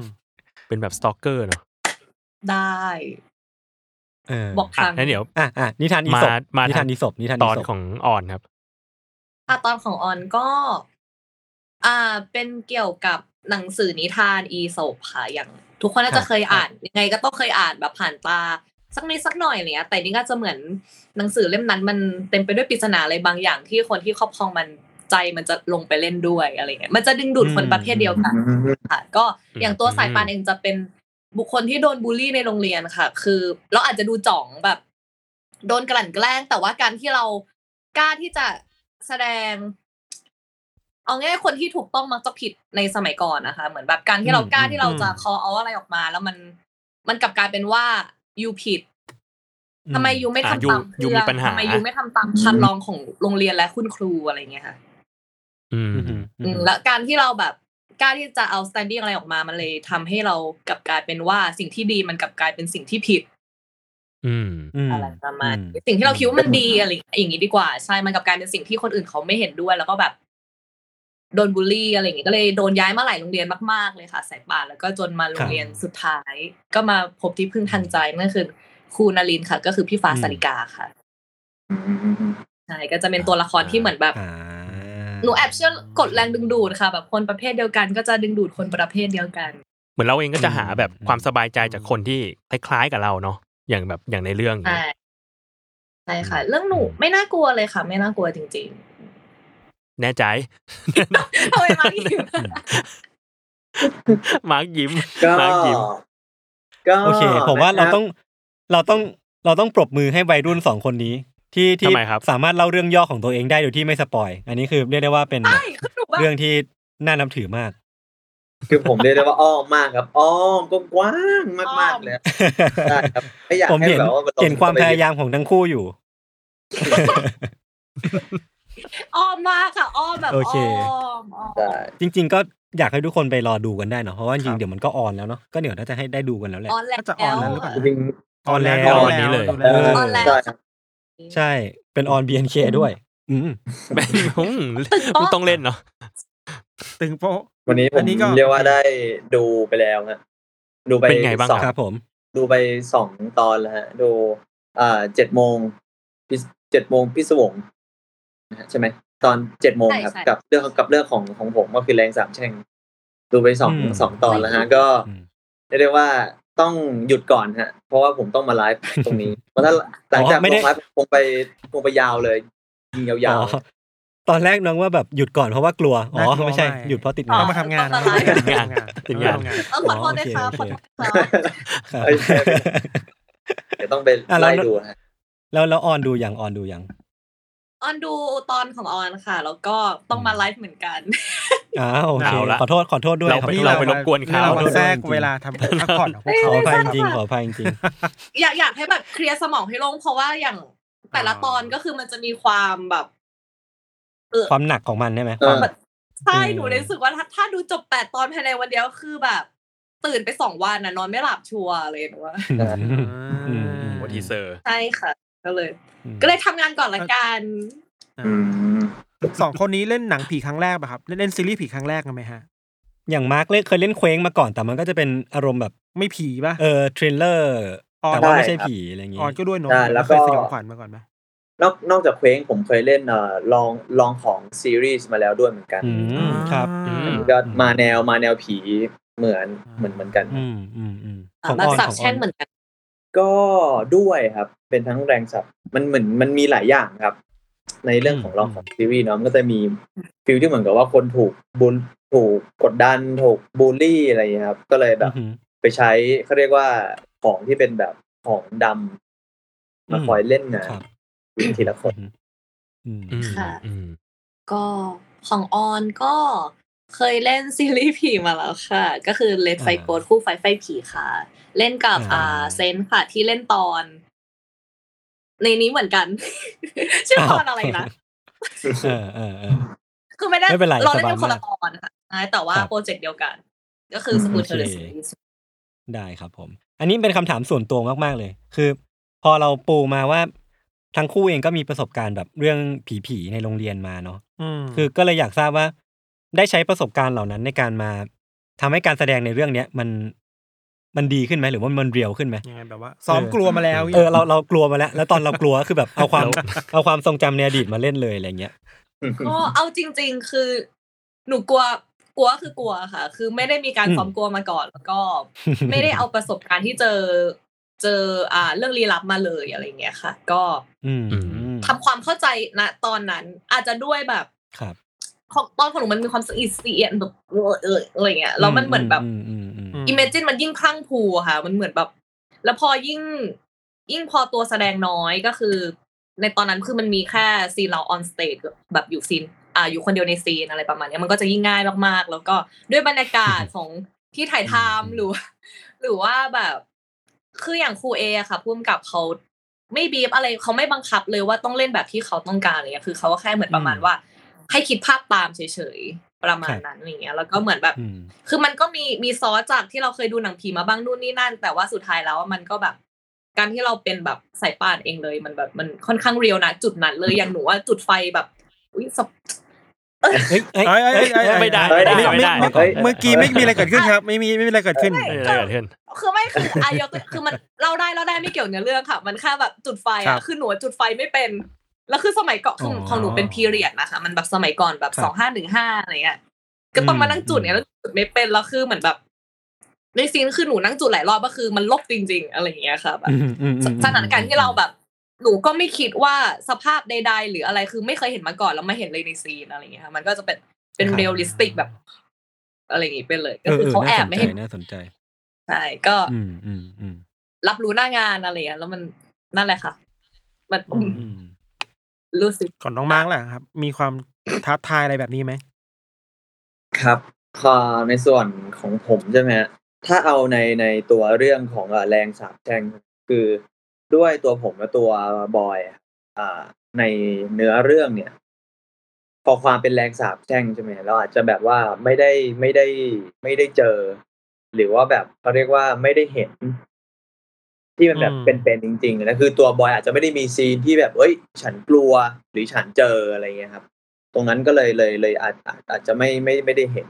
เป็นแบบสตอกเกอร์เนาะ ได้ เออ บอก อ่ะ ทาง แล้วเดี๋ยว อ่ะอ่ะนิทานอี มา สบ มา นิ ทา ทาง นอีสบนิทาน ตอน สบ ของออนครับ อ่ะตอนของออนก็ อ่า เป็นเกี่ยวกับหนังสือนิทานอีสปค่ะอย่าง ทุกคนน่าจะเคยอ่านยังไงก็ต้องเคยอ่านแบบผ่านตา สักนิดสักหน่อยอะไรเงี้ยแต่นี่ก็จะเหมือนหนังสือเล่มนั้น มันเต็มไปด้วยปริศนาอะไรบางอย่างที่คนที่ครอบครองมันใจมันจะลงไปเล่นด้วยอะไรเงี้ยมันจะดึงดูดคนประเภทเดียวกัน ค่ะก็อย่างตัวสายปานเองจะเป็นบุคคลที่โดนบูลลี่ในโรงเรียนค่ะ คือเราอาจจะดูจ่องแบบ โดนกลั่นแกล้ง แต่ว่าการที่เรากล้าที่จะแสดง เอาง่ายๆคนที่ถูกต้องมักจะผิดในสมัยก่อนนะคะ เหมือนแบบการที่เรากล้าที่เราจะคอเอาอะไรออกมา แล้วมันมันกลับกลายเป็นว่ายูผิด อื ทำไมยูไม่ อ่ะ ทำตาม ยู เพื่อน มีปัญหา ทำไมยูไม่ทำตามคันลองของโรงเรียนและคุณครูอะไรอย่างเงี้ยค่ะ อืม อืมอืมอื อื ม มและการที่เราแบบกล้าที่จะเอา standing อะไรออกมา มันเลยทำให้เรากลับกลายเป็นว่าสิ่งที่ดีมันกลับกลายเป็นสิ่งที่ผิด อืม อืม อะไรประมาณนี้สิ่งที่เราคิดว่ามันดีอะไรอย่างงี้ดีกว่า ใช่ มันกลับกลายเป็นสิ่งที่คนอื่นเขาไม่เห็นด้วย แล้วก็แบบ โดนบูลลี่อะไรอย่างงี้ก็เลยโดนย้ายมาหลายโรงเรียนมากๆเลยค่ะ สายป่านแล้วก็จนมาโรงเรียนสุดท้าย ก็มาพบที่พึ่งทางใจนั่นคือครูนารินค่ะ ก็คือพี่ฟ้าสาริกาค่ะใช่ก็จะเป็นตัวละครที่เหมือนแบบ อ่า หนูแอบเชื่อกดแรงดึงดูดค่ะ แบบคนประเภทเดียวกันก็จะดึงดูดคนประเภทเดียวกัน เหมือนเราเองก็จะหาแบบความสบายใจจากคนที่คล้ายๆกับเราเนาะอย่างแบบอย่างในเรื่องอย่าง ใช่ เงี้ย ใช่ค่ะ เรื่องหนูไม่น่ากลัวเลยค่ะ ไม่น่ากลัวจริง แน่ใจ ๆเอาไปมาที่ มาร์กยิ้ม ก็ มาร์กยิ้ม ก็ โอเค ผมว่าเรา นะครับ ต้องเราต้องเราต้องปรบมือให้วัยรุ่นสองคนนี้ ที่ที่ ทำไมครับ สามารถเล่าเรื่องย่อของตัวเองได้โดยที่ไม่สปอย อันนี้คือเรียกได้ว่าเป็น ใช่คือหนูแบบ เรื่องที่น่านับถือมาก คือผมเรียกได้ว่าอ้อมมากครับอ้อมกว้างมากมากๆเลยใช่ครับไม่อยาก ผม ให้ เห็น แบบว่า เห็นความพยายามของทั้งคู่อยู่ อ้อมมากค่ะอ้อมแบบ โอ อ้ เค อมอ้อม ใช่ จริง ๆ ก็อยากให้ทุกคนไปรอดูกันได้เนาะเพราะว่าจ ครั ริง บ ๆเดี๋ยวมันก็ออนแล้วเนาะก็เดี๋ยวน่าจะให้ได้ดูกันแล้วแหละ ออนแล้ว น่าจะออนแล้วหรือเปล่า จริง ออนแล้ว ออน นี้เลย ออๆนแล้ เออวออนแล้ว ใช่ครับ ใช่เป็นออน BNK ด้วย อืม แบบอืมมึงต้องเล่นเนาะ ตึงโป๊ะ วันนี้ผ อั ม นนี้ก็ เรียกว่าได้ดูไปแล้วฮะดูไป เป็นไงบ้าง สอ ค ค รั รั บบ ผม ดูไปสองตอนแล้วฮะ ดูอ่าเจ็ดโมงพิศเจ็ดโมงพิศวงนะฮะใช่ไหมตอนเจ็ดโมงครับ กับเรื่องกับเรื่องของของผมก็คือแรงสามแช่ง ดูไปสอง อืม สองตอนแล้วฮะ ก็ อืม เรียกได้ว่าต้องหยุดก่อนฮะ เพราะว่าผมต้องมาไลฟ์ตรงนี้ เพราะถ้าหลังจาก อ๋อไม่ ล ได้ งไลฟ์คงไปคงไปยาวเลยยิงยาว อ๋อตอนแรกน้องว่าแบบหยุดก่อนเพราะว่ากลัวอ๋อ น่ากลัว ไม่ใช่ มาก หยุดเพราะติด ต้ งา อน งมาทำงานนะ งาน ต้อมทำงาน งาน เออขอโทอ๋อโอษนะ เค คะ โอ ข เค อโทษนะคะ ๆ ครับ เอ้ยเดี๋ยวต้องไป อ่ะแล้ ไล่ ว ดูฮะ แล้วแล้วออนดูยังออนดูยัง ออนดูตอนของออนค่ะ แล้วก็ต้องมาไลฟ์เหมือนกัน อ้าวโอเค เอาละ ขอโทษขอโทษด้วย เรา ขอ ไป โทษ เราไปรบกวนเขา อ เรา ม มาแทรกเวลาทำพักผ่อนของพวก ข เขา ออภัยจริง ไม่ได้ ขออภัยจริง อยากอยากให้แบบเคลียร์สมองให้โล่งเพราะว่าอย่างแต่ละตอนก็คือมันจะมีความแบบ เออ ความหนักของมันใช่ไหม เอ ควา อ ม ใช่ เออ หนูเลยรู้สึกว่าถ้าถ้าดูจบแปดตอนภายในวันเดียวคือแบบ ตื่นไปสองวันนะนอนไม่หลับชัวร์เลยหนูว่า อืม อืมอืม โอทีเซอร์ ใช่ค่ะ ก็เลย ก็เลยทำงานก่อนละกัน อืม สองคนนี้เล่นหนังผีครั้งแรกป่ะครับ เล่นเล่นซีรีส์ผีครั้งแรกกันไหมฮะ อย่างมาร์กเล่นเคยเล่นเคว้งมาก่อนแต่มันก็จะเป็นอารมณ์แบบ ไม่ผีป่ะ เออทริลเลอร์ ออน แต่ว่าไม่ใช่ผีอะไรอย่าง อ งี้ อนก็ด้วยเนาะ ใช่แล้ว เค ก็ ยสยองขวัญมาก่อนไหม นอกนอกจากเคว้งผมเคยเล่นเอ่อลองลองของซีรีส์มาแล้วด้วยเหมือนกัน อืมครับ อืม ก็มาแนวมาแนวผี เหมือนเหมือนเหมือนกัน อืมอืมอืม อ่า ของ แบบ ออน สับ ของอ แช่ อง น เหมือนกัน ก็ด้วยครับ เป็นทั้งแรงสับมันเหมือนมันมีหลายอย่างครับ ในเรื่องของรองของซีรีส์เนาะมันก็จะมีฟิลที่เหมือนกับว่าคนถูกบูลถูกกดดันถูกบูลลี่อะไรอย่างเงี้ยครับ ก็เลยแบบ อืม ไปใช้เขาเรียกว่าของที่เป็นแบบของดำมา อืม คอยเล่นงาน ครับ ทีละคน อืม อืม ค่ะ อืม ก็ของออนก็เคยเล่นซีรีส์ผีมาแล้วค่ะ ก็คือเลดไฟโกดคู่ไฟไฟผีค่ะ เล่นกับ อ่า อ่าเซนค่ะที่เล่นตอน ในนี้เหมือนกัน ชื่อตอนอะไรนะ เออเออเออ คือไม่ได้ ไม่เป็นไร เราเล่นกัน สบายมาก คนละตอนค่ะแต่ว่า ครับ โปรเจกต์เดียวกัน ก็คือสมุดเทอร์เรส ได้ครับผม อันนี้เป็นคำถามส่วนตัวมาก ๆ เลย คือ พอเราปูมาว่าทั้งคู่เองก็มีประสบการณ์แบบเรื่องผีๆในโรงเรียนมาเนาะ ม คือก็เลยอยากทราบว่า ได้ใช้ประสบการณ์เหล่านั้นในการมาทำให้การแสดงในเรื่องเนี้ยมันมันดีขึ้นไหมหรือว่ามันเรียวขึ้นไหม ยังไงแบบว่าซ้อมกลัวมาแล้ว เออเราเรากลัวมาแล้ว แล้วตอนเรากลัวก็คือ แบบเอาความเอาความทรงจำในอดีตมาเล่นเลยอะไรเงี้ย ก็เอาจริง ๆ คือ หนูกลัวกลัวคือกลัวค่ะ คือไม่ได้มีการ อืม ซ้อมกลัวมาก่อนแล้วก็ ไม่ได้เอาประสบการณ์ที่เจอเจออ่าเรื่องลี้ลับมาเลยอะไรอย่างเงี้ยค่ะ ก็ อืม ทำความเข้าใจนะตอนนั้น อาจจะด้วยแบบ ครับ ของตอนของหนูมันมีความสะอิดเสียนแบบเออเอออะไรเงี้ยแล้วมันเหมือนแบบ มอืมอืมอืม อิมเมจินมันยิ่งพลั้งพรูอะค่ะ มันเหมือนแบบ แล้วพอยิ่ง ยิ่งพอตัวแสดงน้อยก็คือ ในตอนนั้นคือมันมีแค่ซีนเราออนสเตจแบบอยู่ซีนอ่าอยู่คนเดียวในซีนอะไรประมาณเนี้ยมันก็จะยิ่งง่ายมากๆ แล้วก็ด้วยบรรยากาศ ของที่ถ่ายทำหรือว่าหรือว่าแบบ คืออย่างครูเออะค่ะพุ่มกับเขาไม่บีบอะไรเขาไม่บังคับเลยว่าต้องเล่นแบบที่เขาต้องการอะไรเงี้ยคือเขาก็แค่เหมือนประมาณว่า ให้คิดภาพตามเฉยๆประมาณนั้นอะไรเงี้ย แล้วก็เหมือนแบบ อืม คือมันก็มีมีซอสจากที่เราเคยดูหนังผีมาบ้างนู่นนี่นั่น แต่ว่าสุดท้ายแล้วอะมันก็แบบ การที่เราเป็นแบบสายป่านเองเลย มันแบบมันค่อนข้างเรียวนะจุดนั้นเลยอย่างหนูว่าจุดไฟแบบ อุ้ยสป เฮ้ยเฮ้ย เอ้ยเอ้ยเอ้ยเอ้ย ไม่ได้ไม่ได้ ไม่ ไม่ได้ ไม่ ไม่ ไม่เมื่อกี้ไม่มีอะไรเกิดขึ้นครับ ไม่มีไม่มีอะไรเกิดขึ้น ได้เกิดขึ้น คือไม่คือ อายกตัวคือมันเราได้เราได้ไม่เกี่ยวเนื้อเรื่องค่ะ มันแค่แบบจุดไฟ ครั อ่ะ บ คือหนูอะจุดไฟไม่เป็น แล้วคือสมัยก่อนคือของหนูเป็นพีเรียดนะคะมันแบบสมัยก่อนแบบสองห้าหนึ่งห้าอะไรเงี้ยก็ต้องมานั่งจุดเนี่ยแล้วจุดไม่เป็นแล้วคือเหมือนแบบ ในซีนคือหนูนั่งจุดหลายรอบก็คือมันลบจริง ๆ อะไรอย่างเงี้ยค่ะแบบ อืมอืมอืม ส อืม สถานการณ์ที่เราแบบ หนูก็ไม่คิดว่าสภาพใด ๆ หรืออะไรคือไม่เคยเห็นมาก่อนแล้วมาเห็นเลยในซีนอะไรอย่างเงี้ยค่ะมันก็จะเป็นเป็น ครับ เรียลลิสติกแบบ อะไรอย่างงี้ไปเลย ก็ เออ คือ เออ เขาแอ น่าสนใจบไม่ให้ น่าสนใจ ใช่ก็ อืมอืมอืม รับรู้หน้างานอะไรอย่างเงี้ยแล้วมันนั่นแหละค่ะ มันอืม อืม รู้สึก ก่อนน้องมาร์กแหละครับ มีความท้าทายอะไรแบบนี้ไหม ครับอ่าในส่วนของผมใช่ไหมฮะถ้าเอาในในตัวเรื่องของอ่าแรงสาบแช่งคือด้วยตัวผมและตัวบอยอ่าในเนื้อเรื่องเนี่ย พอความเป็นแรงสาบแช่งใช่ไหมเราอาจจะแบบว่าไม่ได้ไม่ได้ไม่ได้เจอ หรือว่าแบบเขาเรียกว่าไม่ได้เห็น ที่มันแบบเป็นๆจริงๆนะคือตัวบอยอาจจะไม่ได้มีซีนที่แบบเอ้ย ฉันกลัวหรือฉันเจออะไรเงี้ยครับ ตรงนั้นก็เลยเลยเลยอาจอาจอาจจะไม่ไม่ไม่ได้เห็น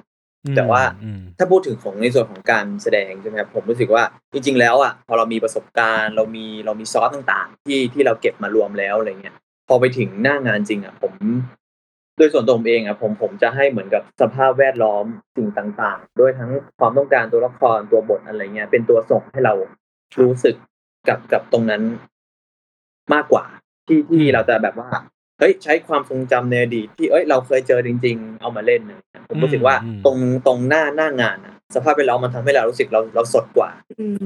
แต่ว่า อืม ถ้าพูดถึงของในส่วนของการแสดงใช่ไหมครับผมรู้สึกว่าจริง ๆ แล้วอ่ะพอเรามีประสบการณ์ เรามีเรามีซอสต่างๆ ที่ที่เราเก็บมารวมแล้วอะไรเงี้ยพอไปถึงหน้างานจริงอ่ะผมโดยส่วนตัวผมเองอ่ะผมผมจะให้เหมือนกับสภาพแวดล้อมสิ่งต่างๆ ด้วยทั้งความต้องการตัวละครตัวบทอะไรเงี้ยเป็นตัวส่งให้เรารู้สึกกับกับตรงนั้นมากกว่า ที่ที่เราจะแบบว่า เฮ้ยใช้ความทรงจำในอดีตที่เอ้ยเราเคยเจอจริง ๆ เอามาเล่นนะผมรู้สึกว่าตรงตรงหน้าหน้างานอะสภาพแวดล้อมมันทำให้เรารู้สึกเราเราสดกว่า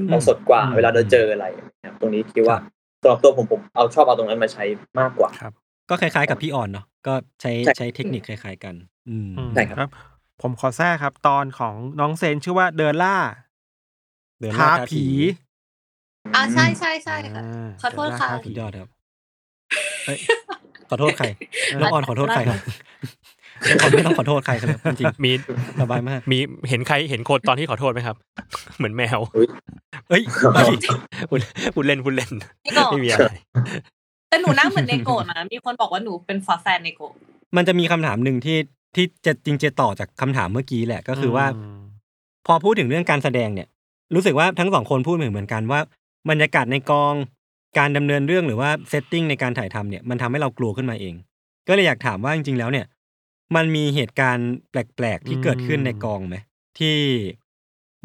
เราสดกว่า เวลาเราเจออะไรนะครับตรงนี้คิดว่าสำหรับตัวผมผมเอาชอบเอาตรงนั้นมาใช้มากกว่า ครับ ก็คล้ายๆกับพี่ออนเนาะก็ใช้ ใช่ ใช้เทคนิคคล้าย ๆ กัน อืม อืม ใช่ครับ ผมขอแทรกครับ ตอนของน้องเซนชื่อว่าเดินล่า เดิน ท้า ล่า ผี อ่าใช่ใช่ใช่ค่ะ อ่า ขอโทษ เดินล่า ค่ะ ท้าผี สุดยอดครับเอ้ยขอโทษ ใครน้องออนขอโทษใครครับน้องออนไม่ต้องขอโทษใครครับจริง มี ๆสบายมาก มีเห็นใครเห็นโคนตอนที่ขอโทษไหมครับ เหมือนแมว เอ้ย พูดพูดเล่นพูดเล่น จริงเหรอ ไม่มีอะไร แต่หนูหน้าเหมือนเนโกะนะ มีคนบอกว่าหนูเป็นฝาแฝดเนโกะ มันจะมีคำถามหนึ่งที่ที่จะจริงๆจะต่อจากคำถามเมื่อกี้แหละ ก็คือว่า อืม พอพูดถึงเรื่องการแสดงเนี่ย รู้สึกว่าทั้งสองคนพูดเหมือนเหมือนกันว่าบรรยากาศในกองการดำเนินเรื่องหรือว่าเซตติ้งในการถ่ายทำเนี่ยมันทำให้เรากลัวขึ้นมาเอง ก็เลยอยากถามว่าจริงๆแล้วเนี่ย มันมีเหตุการณ์แปลกๆที่เกิดขึ้นในกองไหมที่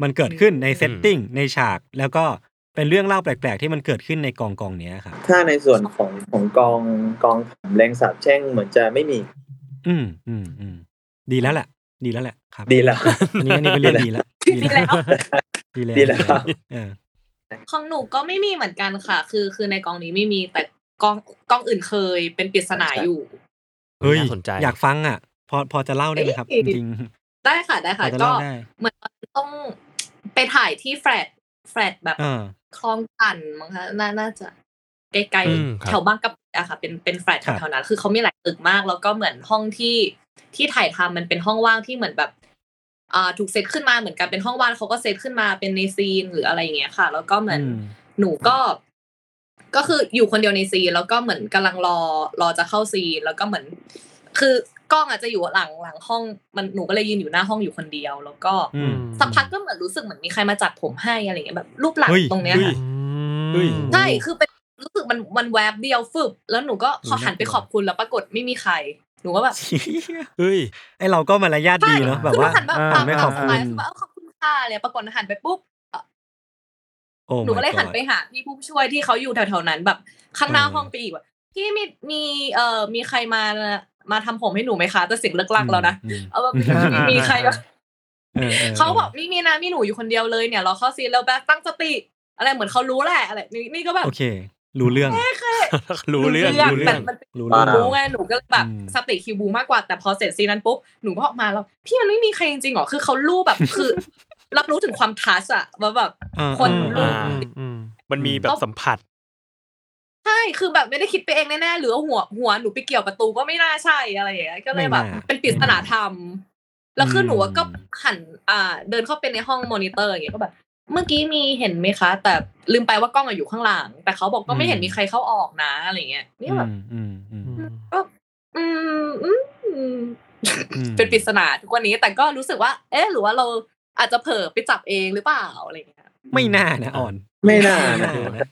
มันเกิดขึ้นในเซตติ้งในฉาก แล้วก็เป็นเรื่องเล่าแปลกๆ ที่มันเกิดขึ้นในกองกองเนี้ยครับ ถ้าในส่วนของของกองกองแรงสาบแช่งเหมือนจะไม่มี อืมอืมอืมดีแล้วแหละ ดีแล้วแหละครับ ดีแล้ว อันนี้อันนี้เป็นเรื่อง ดีแล้ว ดีแล้ว ดีแล้ว ดีแล้ว เออ ของหนูก็ไม่มีเหมือนกันค่ะ คือคือในกองนี้ไม่มีแต่กองกองอื่นเคยเป็นปริศนาอยู่ เฮ้ย น่าสนใจ อยากฟังอ่ะ พอพอจะเล่าได้ไหมครับ เอ้ จ ย ริง ได้ค่ะได้ ๆพอ ค่ะ จะ ก็ เล่าได้ เหมือนต้องไปถ่ายที่แฟลตแฟลตแบบ เออ คลองตันมั้งคะน่าน่าจะใกล้ อืมครับ ๆแถวบางกะปิอะค่ะ เป็นเป็นแฟลต ครับ แถวๆนั้น คือเขามีหลายตึกมาก แล้วก็เหมือนห้องที่ที่ถ่ายทำมันเป็นห้องว่างที่เหมือนแบบอ่าถูกเซตขึ้นมาเหมือนกันเป็นห้องว่างเขาก็เซตขึ้นมาเป็นในซีนหรืออะไรอย่างเงี้ยค่ะ แล้วก็เหมือน อืม หนูก็ก็คืออยู่คนเดียวในซีนแล้วก็เหมือนกำลังรอรอจะเข้าซีนแล้วก็เหมือน คือกล้องอาจจะอยู่หลังหลังห้องมันหนูก็เลยยืนอยู่หน้าห้องอยู่คนเดียว แล้วก็ อืม สักพักก็เหมือนรู้สึกเหมือนมีใครมาจับผมให้อะไรอย่างเงี้ยแบบรูปหลัง เฮ้ย ตรงเนี้ย ฮ้ ค่ะ เย ม เฮ้ย ใช่คือเป็นรู้สึกมันมันแวบเดียวฟึบแล้วหนูก็ขอหันไปขอบคุณแล้วปรากฏไม่มีใคร หนูก็แบบ เฮ้ย ไอเราก็มารยาทดีเนาะ ใช่ แบบว่า คือเรหัน หันไม่ขอบคุณ แแบบเาขอบคุณค่ะเลยปรากฏหันไปปุ๊บ โอ้ หนูก็เลย my หัน god ไปหาพี่ผู้ช่วยที่เขาอยู่แถวๆนั้นแบบข้างหน้า เออ ห้องไปอีกว่าพี่มีมีเอ่อมีใครมามาทำผมให้หนูไหมคะแต่เสียงเลิกลักแล้วนะ อืม เอาแบบ อื ม มีมีใครวะ ออออ เขาบอกมีมีนะมีหนูอยู่คนเดียวเลยเนี่ยเราเข้าซีนแล้วแบบตั้งสติ อะไรเหมือนเขารู้แหละอะไรนี่นี่ก็แบบ โอเค รู้เรื่อง แม่เคย รู้เรื่องรู้ แต่ เรื่อง มันเป็น รู้เรื่อง รู้ไงหนูก็เลยแบบ อืม สติคิวบูมากกว่าแต่พอเสร็จซีนนั้นปุ๊บหนูก็ออกมาแล้วพี่มันไม่มีใครจริงๆหรอคือเขารู้แบบคือ รับรู้ถึงความทัชอะว่าแบบ เออ คน เออ รู้ เออ อืมอืม มันมีแบบสัมผัส ใช่ คือแบบไม่ได้คิดไปเองแน่ๆ หรือว่าหัวหัวหนูไปเกี่ยวประตูก็ไม่น่าใช่อะไรอย่างเงี้ย ก็เลยแบบ ไม่น่า เป็นปริศนาธรรม แล้วคือหนูอะ อืม ก็หันอ่า เดินเข้าไปในห้องมอนิเตอร์อย่างเงี้ยก็แบบ เมื่อกี้มีเห็นไหมคะ แต่ลืมไปว่ากล้องอะอยู่ข้างหลัง แต่เขาบอกก็ไม่เห็นมีใครเข้าออกนะอะไรเงี้ย นี่แบบ อืมอืม อื อืม ม อืมอืมอืม อืม เป็นปริศนาทุกวันนี้ แต่ก็รู้สึกว่า เอ๊ะ หรือว่าเราอาจจะเผลอไปจับเองหรือเปล่าอะไรเงี้ย ไม่น่านะอ่อน ไม่น่า ไม่ นะ น่านะ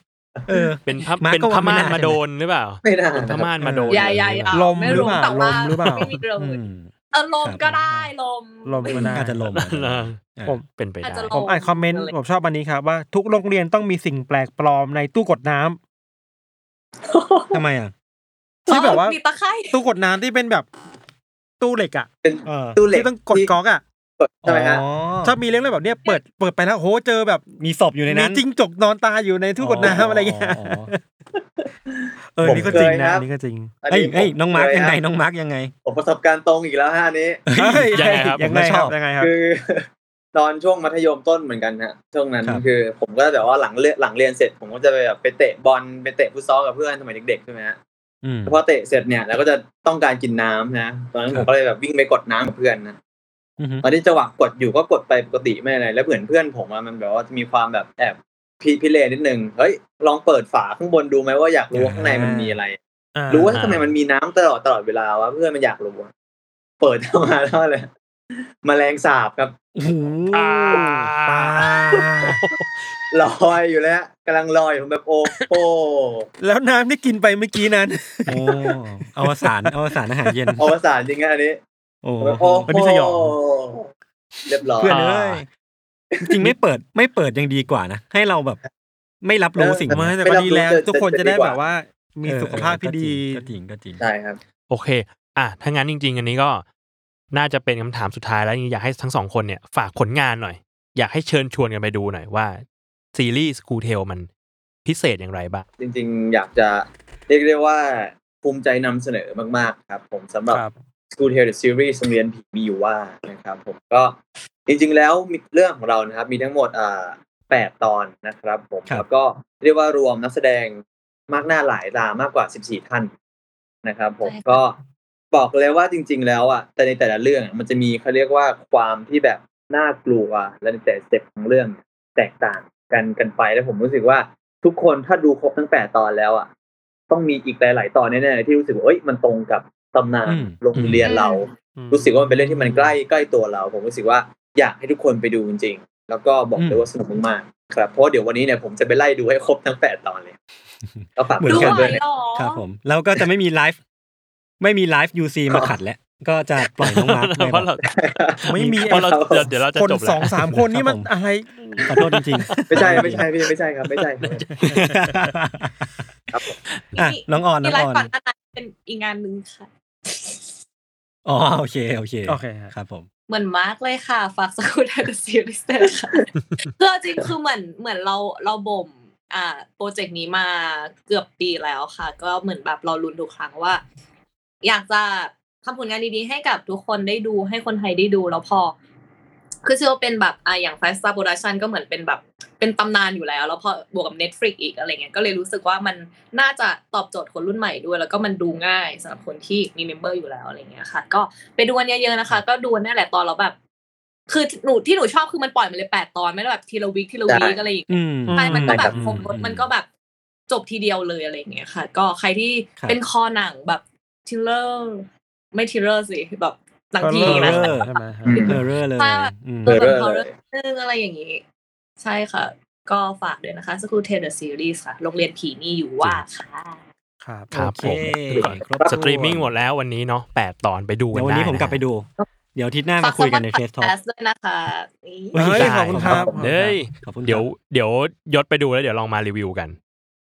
เออ เป็นพับ มาร์ค เป็น ก็ พ ว่าไม่ ม่าน น่า มาโดนหรือเปล่า ไม่น่า เป็นพ นะ ม่านมาโดน ยายายา ลม ไม่รู้ หรือเปล่า แต่ลว่ามหรือเปล่า ไม่มีเลย อืม เออลม ครับ ก็ได้ลม ลมก็ได้ อาจจะลมอาจจะลมอ่ะ ผม เป็นไป อาจ ได้ จะล ผมอ่านคอมเมนต์ผมชอบอันนี้ครับว่าทุกโรงเรียนต้องมีสิ่งแปลกปลอมในตู้กดน้ำ ทำไมอ่ะ ที่แบบว่า อ๋อมีตะไคร้ ตู้กดน้ำที่เป็นแบบตู้เหล็กอ่ะ เป็น ออ ตู้เหล็ก ที่ต้องกด ที่ ก๊อกอ่ะ ใช่ไหมฮะ อ๋อ ถ้ามีเรื่องอะไรแบบเนี้ยเปิดเปิดไปแล้วโหเจอแบบ มีศพอยู่ในนั้น มีจิ้งจกนอนตายอยู่ในตู้กดน้ำอะไรอย่างเงี้ย อ๋อ เออ ผม นี่ก็จริง เคยครับนะอันนี่ก็จริง อัน เอ้ย นี้ เอ้ยน้องมาร์ก ผ ยังไง เค น้องมาร์กยังไง ผมประสบการณ์ตรงอีกแล้วฮะอันนี้ เฮ้ย ยังไงครับ ยังผมไงก็ช ค อ รับ บยังไงครับ คือ ตอนช่วงมัธยมต้นเหมือนกันฮะช่วงนั้น ครับ คือ ผมก็แบบว่าหลังเลิกหลังเรียนเสร็จ ผมก็จะไปแบบไปเตะบอลไปเตะฟุตซอลกับเพื่อนสมัยเด็กๆใช่ไหมฮะ อืม พอเตะเสร็จเนี่ยแล้วก็จะต้องการกินน้ำนะตอนนั้น ค ผ รับ มก็เลยแบบวิ่งไปกดน้ำกับเพื่อนนะ อือฮึ ตอนที่จังหวะกดอยู่ก็กดไปปกติไม่อะไรแล้วเหมือนเพื่อนผมอะมันแบบว่ามีความแบบแอบพิพิเรนนิดนึงเฮ้ยลองเปิดฝาข้างบนดูไหมว่าอยากรู้ว่าข้างในมันมีอะไร รู้ว่าทำไมมันมีน้ำตลอดตลอดเวลาวะเพื่อนมันอยากรู้อะเปิดเข้ามาแล้วอะไรแมลงสาบครับ โอ้โห อ่า ปลลาอยอยู่แล้วกำลังลอยผมแบบโอ้โห แล้วน้ำที่กินไปเมื่อกี้นั้น โอ้อวสานอวสานอาหารเย็น อวสานจริงนะอันนี้ โอ้ ผมแบบโอ้ มันมีสยอง เรียบร้อย เพื่อนเอ้ยจริงๆไม่เปิดไม่เปิดยังดีกว่านะ ให้เราแบบไม่รับรู้สิ่ง เออ นั้นไม่แต่ ไม่ ก็ รับ ดี รู้ แล้ว จะ ทุกคน จะ จะ ดี ได้ กว่า แบบว่า มี เออ สุขภาพที่ดี ก็จริงก็จริงก็จริง ใช่ครับ โอเค อ่ะถ้างั้นจริง ๆ อันนี้ก็น่าจะเป็นคำถามสุดท้ายแล้วอยากให้ทั้งสองคนเนี่ย ฝากผลงานหน่อย อยากให้เชิญชวนกันไปดูหน่อยว่า ซีรีส์คูเทลมันพิเศษอย่างไรบ้าง จริงๆ อยากจะเรียกได้ว่าภูมิใจนำเสนอมากๆ ครับ ผมสำหรับ ครับ School Tale The Series โรงเรียนผีมีอยู่ว่านะครับผมก็จริงๆแล้วมีเรื่องของเรานะครับ มีทั้งหมดอ่าแปดตอนนะครับผม ครับ แล้วก็เรียกว่ารวมนักแสดงมากหน้าหลายตามากกว่าสิบสี่ท่านนะครับ ผม ใช่ครับ ก็บอกเลยว่าจริง ๆ แล้วอ่ะแต่ในแต่ละเรื่องอะมันจะมีเขาเรียกว่าความที่แบบน่ากลัวและในแต่สเต็ปของเรื่อง แตกต่างกันกันไปแล้วผมรู้สึกว่าทุกคนถ้าดูครบทั้งแปดตอนแล้วอ่ะต้องมีอีกหลาย ๆ ตอนแน่ๆที่รู้สึกว่าเอ้ยมันตรงกับตำนาน อืม โรงเรียนเรา รู้สึกว่ามันเป็นเรื่องที่มันใกล้ใกล้ตัวเรา ผมรู้สึกว่าอยากให้ทุกคนไปดูจริงๆ แล้วก็บอกเล อื ย ม ว่าสนุกมากๆครับเพราะเดี๋ยววันนี้เนี่ยผมจะไปไล่ดูให้ครบทั้งแปดตอน เลยก็ฝาก เหมือน ดู กันไหว ด้วยนะ หรอ ครับผม แล้วก็จะไม่มีไลฟ์ไม่มีไลฟ์ยูซีมาขัดแล้ว ก็จะปล่อยน้องมาร์คไป เพราะเรา ไม่ มี เพราะเราเดี๋ยวเดี๋ยวเราจะ คน จบแล้ว สองสามคนนี่มันอะไร ขอโทษจริงๆ ไม่ใช่ไม่ใช่พี่ไม่ใช่ครับ ไม่ใช่ครับ อ่ะน้องออนน้องมีไล ออ ฟ์ก่อน น หน้านั้นเป็นอีกงานหนึ่งค่ะ อ๋อโอเคโอเค โอเคฮะ ครับผม เหมือนมาร์กเลยค่ะ ฝากสกูตเดอะซีรีส์ด้วยค่ะคือเอาจริงคือเหมือนเหมือนเราเราบ่มอ่าโปรเจกต์นี้มาเกือบปีแล้วค่ะ ก็เหมือนแบบเราลุ้นทุกครั้งว่า อยากจะทำผลงานดีๆ ให้กับทุกคนได้ดูให้คนไทยได้ดูแล้วพอ คือเชื่อว่าเป็นแบบอ่าอย่าง Five Star Production ก็เหมือนเป็นแบบเป็นตำนานอยู่แล้ว แล้วพอบวกกับ Netflix อีกอะไรเงี้ยก็เลยรู้สึกว่ามันน่าจะตอบโจทย์คนรุ่นใหม่ด้วย แล้วก็มันดูง่ายสำหรับคนที่มีเมมเบอร์อยู่แล้วอะไรเงี้ยค่ะ ก็ไปดูกันเยอะๆนะคะ ก็ดูนั่นแหละตอนเราแบบ คือหนูที่หนูชอบคือมันปล่อยมาเลยแปดตอนไม่ได้แบบทีละวิคทีละวิคอะไรอย่างเงี้ย อืม ใช่มันก็แบบ อืม ครบรถ อืม มันก็แบบจบทีเดียวเลยอะไรอย่างเงี้ยค่ะ ก็ใครที่ ครับ เป็นคอหนังแบบทิลเลอร์ ไม่ทิลเลอร์สิ แบบหนังผี เอ นะ อใช่ไหมฮะ เออเร่อเลย ใช่ อืม เออ เอ แบบ อ ฮอร์ เลยเรนึงอะไรอย่างงี้ ใช่ค่ะ ก็ฝากด้วยนะคะ School t a l e Series ค่ะ โรงเรียนผีมีอยู่ว่าค่ะ ครับ ครับ โอเ ผม ครบ สตรีมมิ่ง ถ้วน หมดแล้ววันนี้เนาะแปดตอนไปดูกั เดี๋ น ยววันได้นี้ผมกลับไป นะฮะ ดู เดี๋ยวอาทิตย์หน้ามาคุยกันในเฟซท็อป Podcast ด้วยนะคะนี่ เฮ้ยขอบคุณครับ เฮ้ย ขอบคุณครับ เดี๋ยวเดี๋ยวยศไปดูแล้วเดี๋ยวลองมารีวิวกัน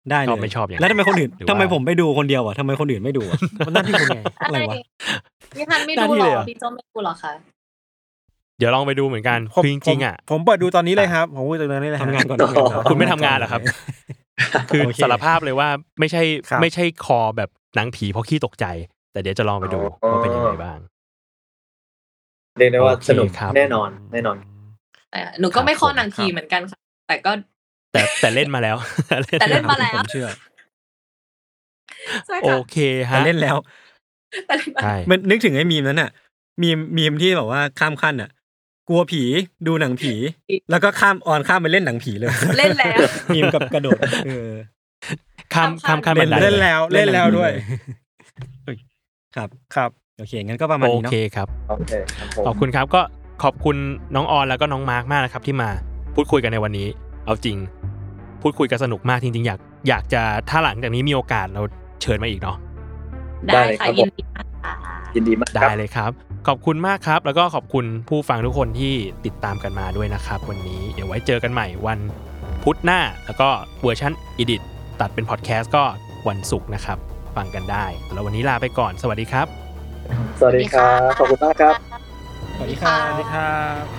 ได้เลย ชอบไม่ชอบยังไง แล้วทำไมคนอื่น หรือว่า ทำไมผมไปดูคนเดียวอ่ะทำไมคนอื่นไม่ดูอ่ะมันหน้าที่คุณไงอะไรวะ พี่ฮันไม่ หน้า ดู ที่ หร เลยเหร อ อ พี่โจไม่ดูหรอคะ เดี๋ยวลองไปดูเหมือนกัน ผม คือจริงๆอ่ะ ผมผมเปิดดูตอนนี้เลยครับ ผมเปิดดูตอนนี้เลยฮะ ทำงานก่อนทำงานก่อน คุณไม่ทำงานเหรอครับ คือ โอเค สารภาพเลยว่าไม่ใช่ ครับ ไม่ใช่คอแบบหนังผีเพราะขี้ตกใจ แต่เดี๋ยวจะลองไปดู อ๋อ ว่าเป็นยังไงบ้าง เรียกได้ว่า โอเค สนุก ครับ แน่นอนแน่นอน แต่หนูก็ไม่ ครับ คอหนัง ผม ผี ครับ เหมือนกันค่ะ แต่ก็ แต่แต่เล่นมาแล้ว แต่เล่นมาแล้ว ผมเชื่อ ใช่ โอ ค่ะ เค แต่ ฮะ เล่นแล้ว แต่เล่นมา ใช่ มันนึกถึงไอ้มีมนั้นอ่ะ มีมมีมที่แบบว่าข้ามขั้นอ่ะ กลัวผีดูหนังผี แล้วก็ข้ามออนข้ามไปเล่นหนังผีเลย เล่นแล้ว มีมกับกระโดดเออ ข้ามข้ามข้ามบันได เล่นแล้วเล่นแล้วด้วย ครับ ครับ โอเค งั้นก็ประมาณ โอ นี้เนาะ เคครับ โอเคครับผม ขอบคุณครับก็ขอบคุณน้องออนแล้วก็น้องมาร์กมากนะครับที่มาพูดคุยกันในวันนี้ เอาจริง พูดคุยกันสนุกมากจริง ๆ อยากอยากจะถ้าหลังจากนี้มีโอกาสเราเชิญมาอีกเนาะ ได้ ได้ เลยครั ค่ะ บ ยินยินดีค่ะดีมากค ได้ รับ เลยครับ ขอบคุณมากครับ แล้วก็ขอบคุณผู้ฟังทุกคนที่ติดตามกันมาด้วยนะครับ วันนี้เดี๋ยวไว้เจอกันใหม่วันพุธหน้า แล้วก็เวอร์ชันอิดิตตัดเป็นพอดแคสต์ก็วันศุกร์นะครับ ฟังกันได้แล้ววันนี้ลาไปก่อนสวัสดีครับ สวัสดีครับ ขอบคุณมากครับ สวัสดีครับสวัสดีครับ บ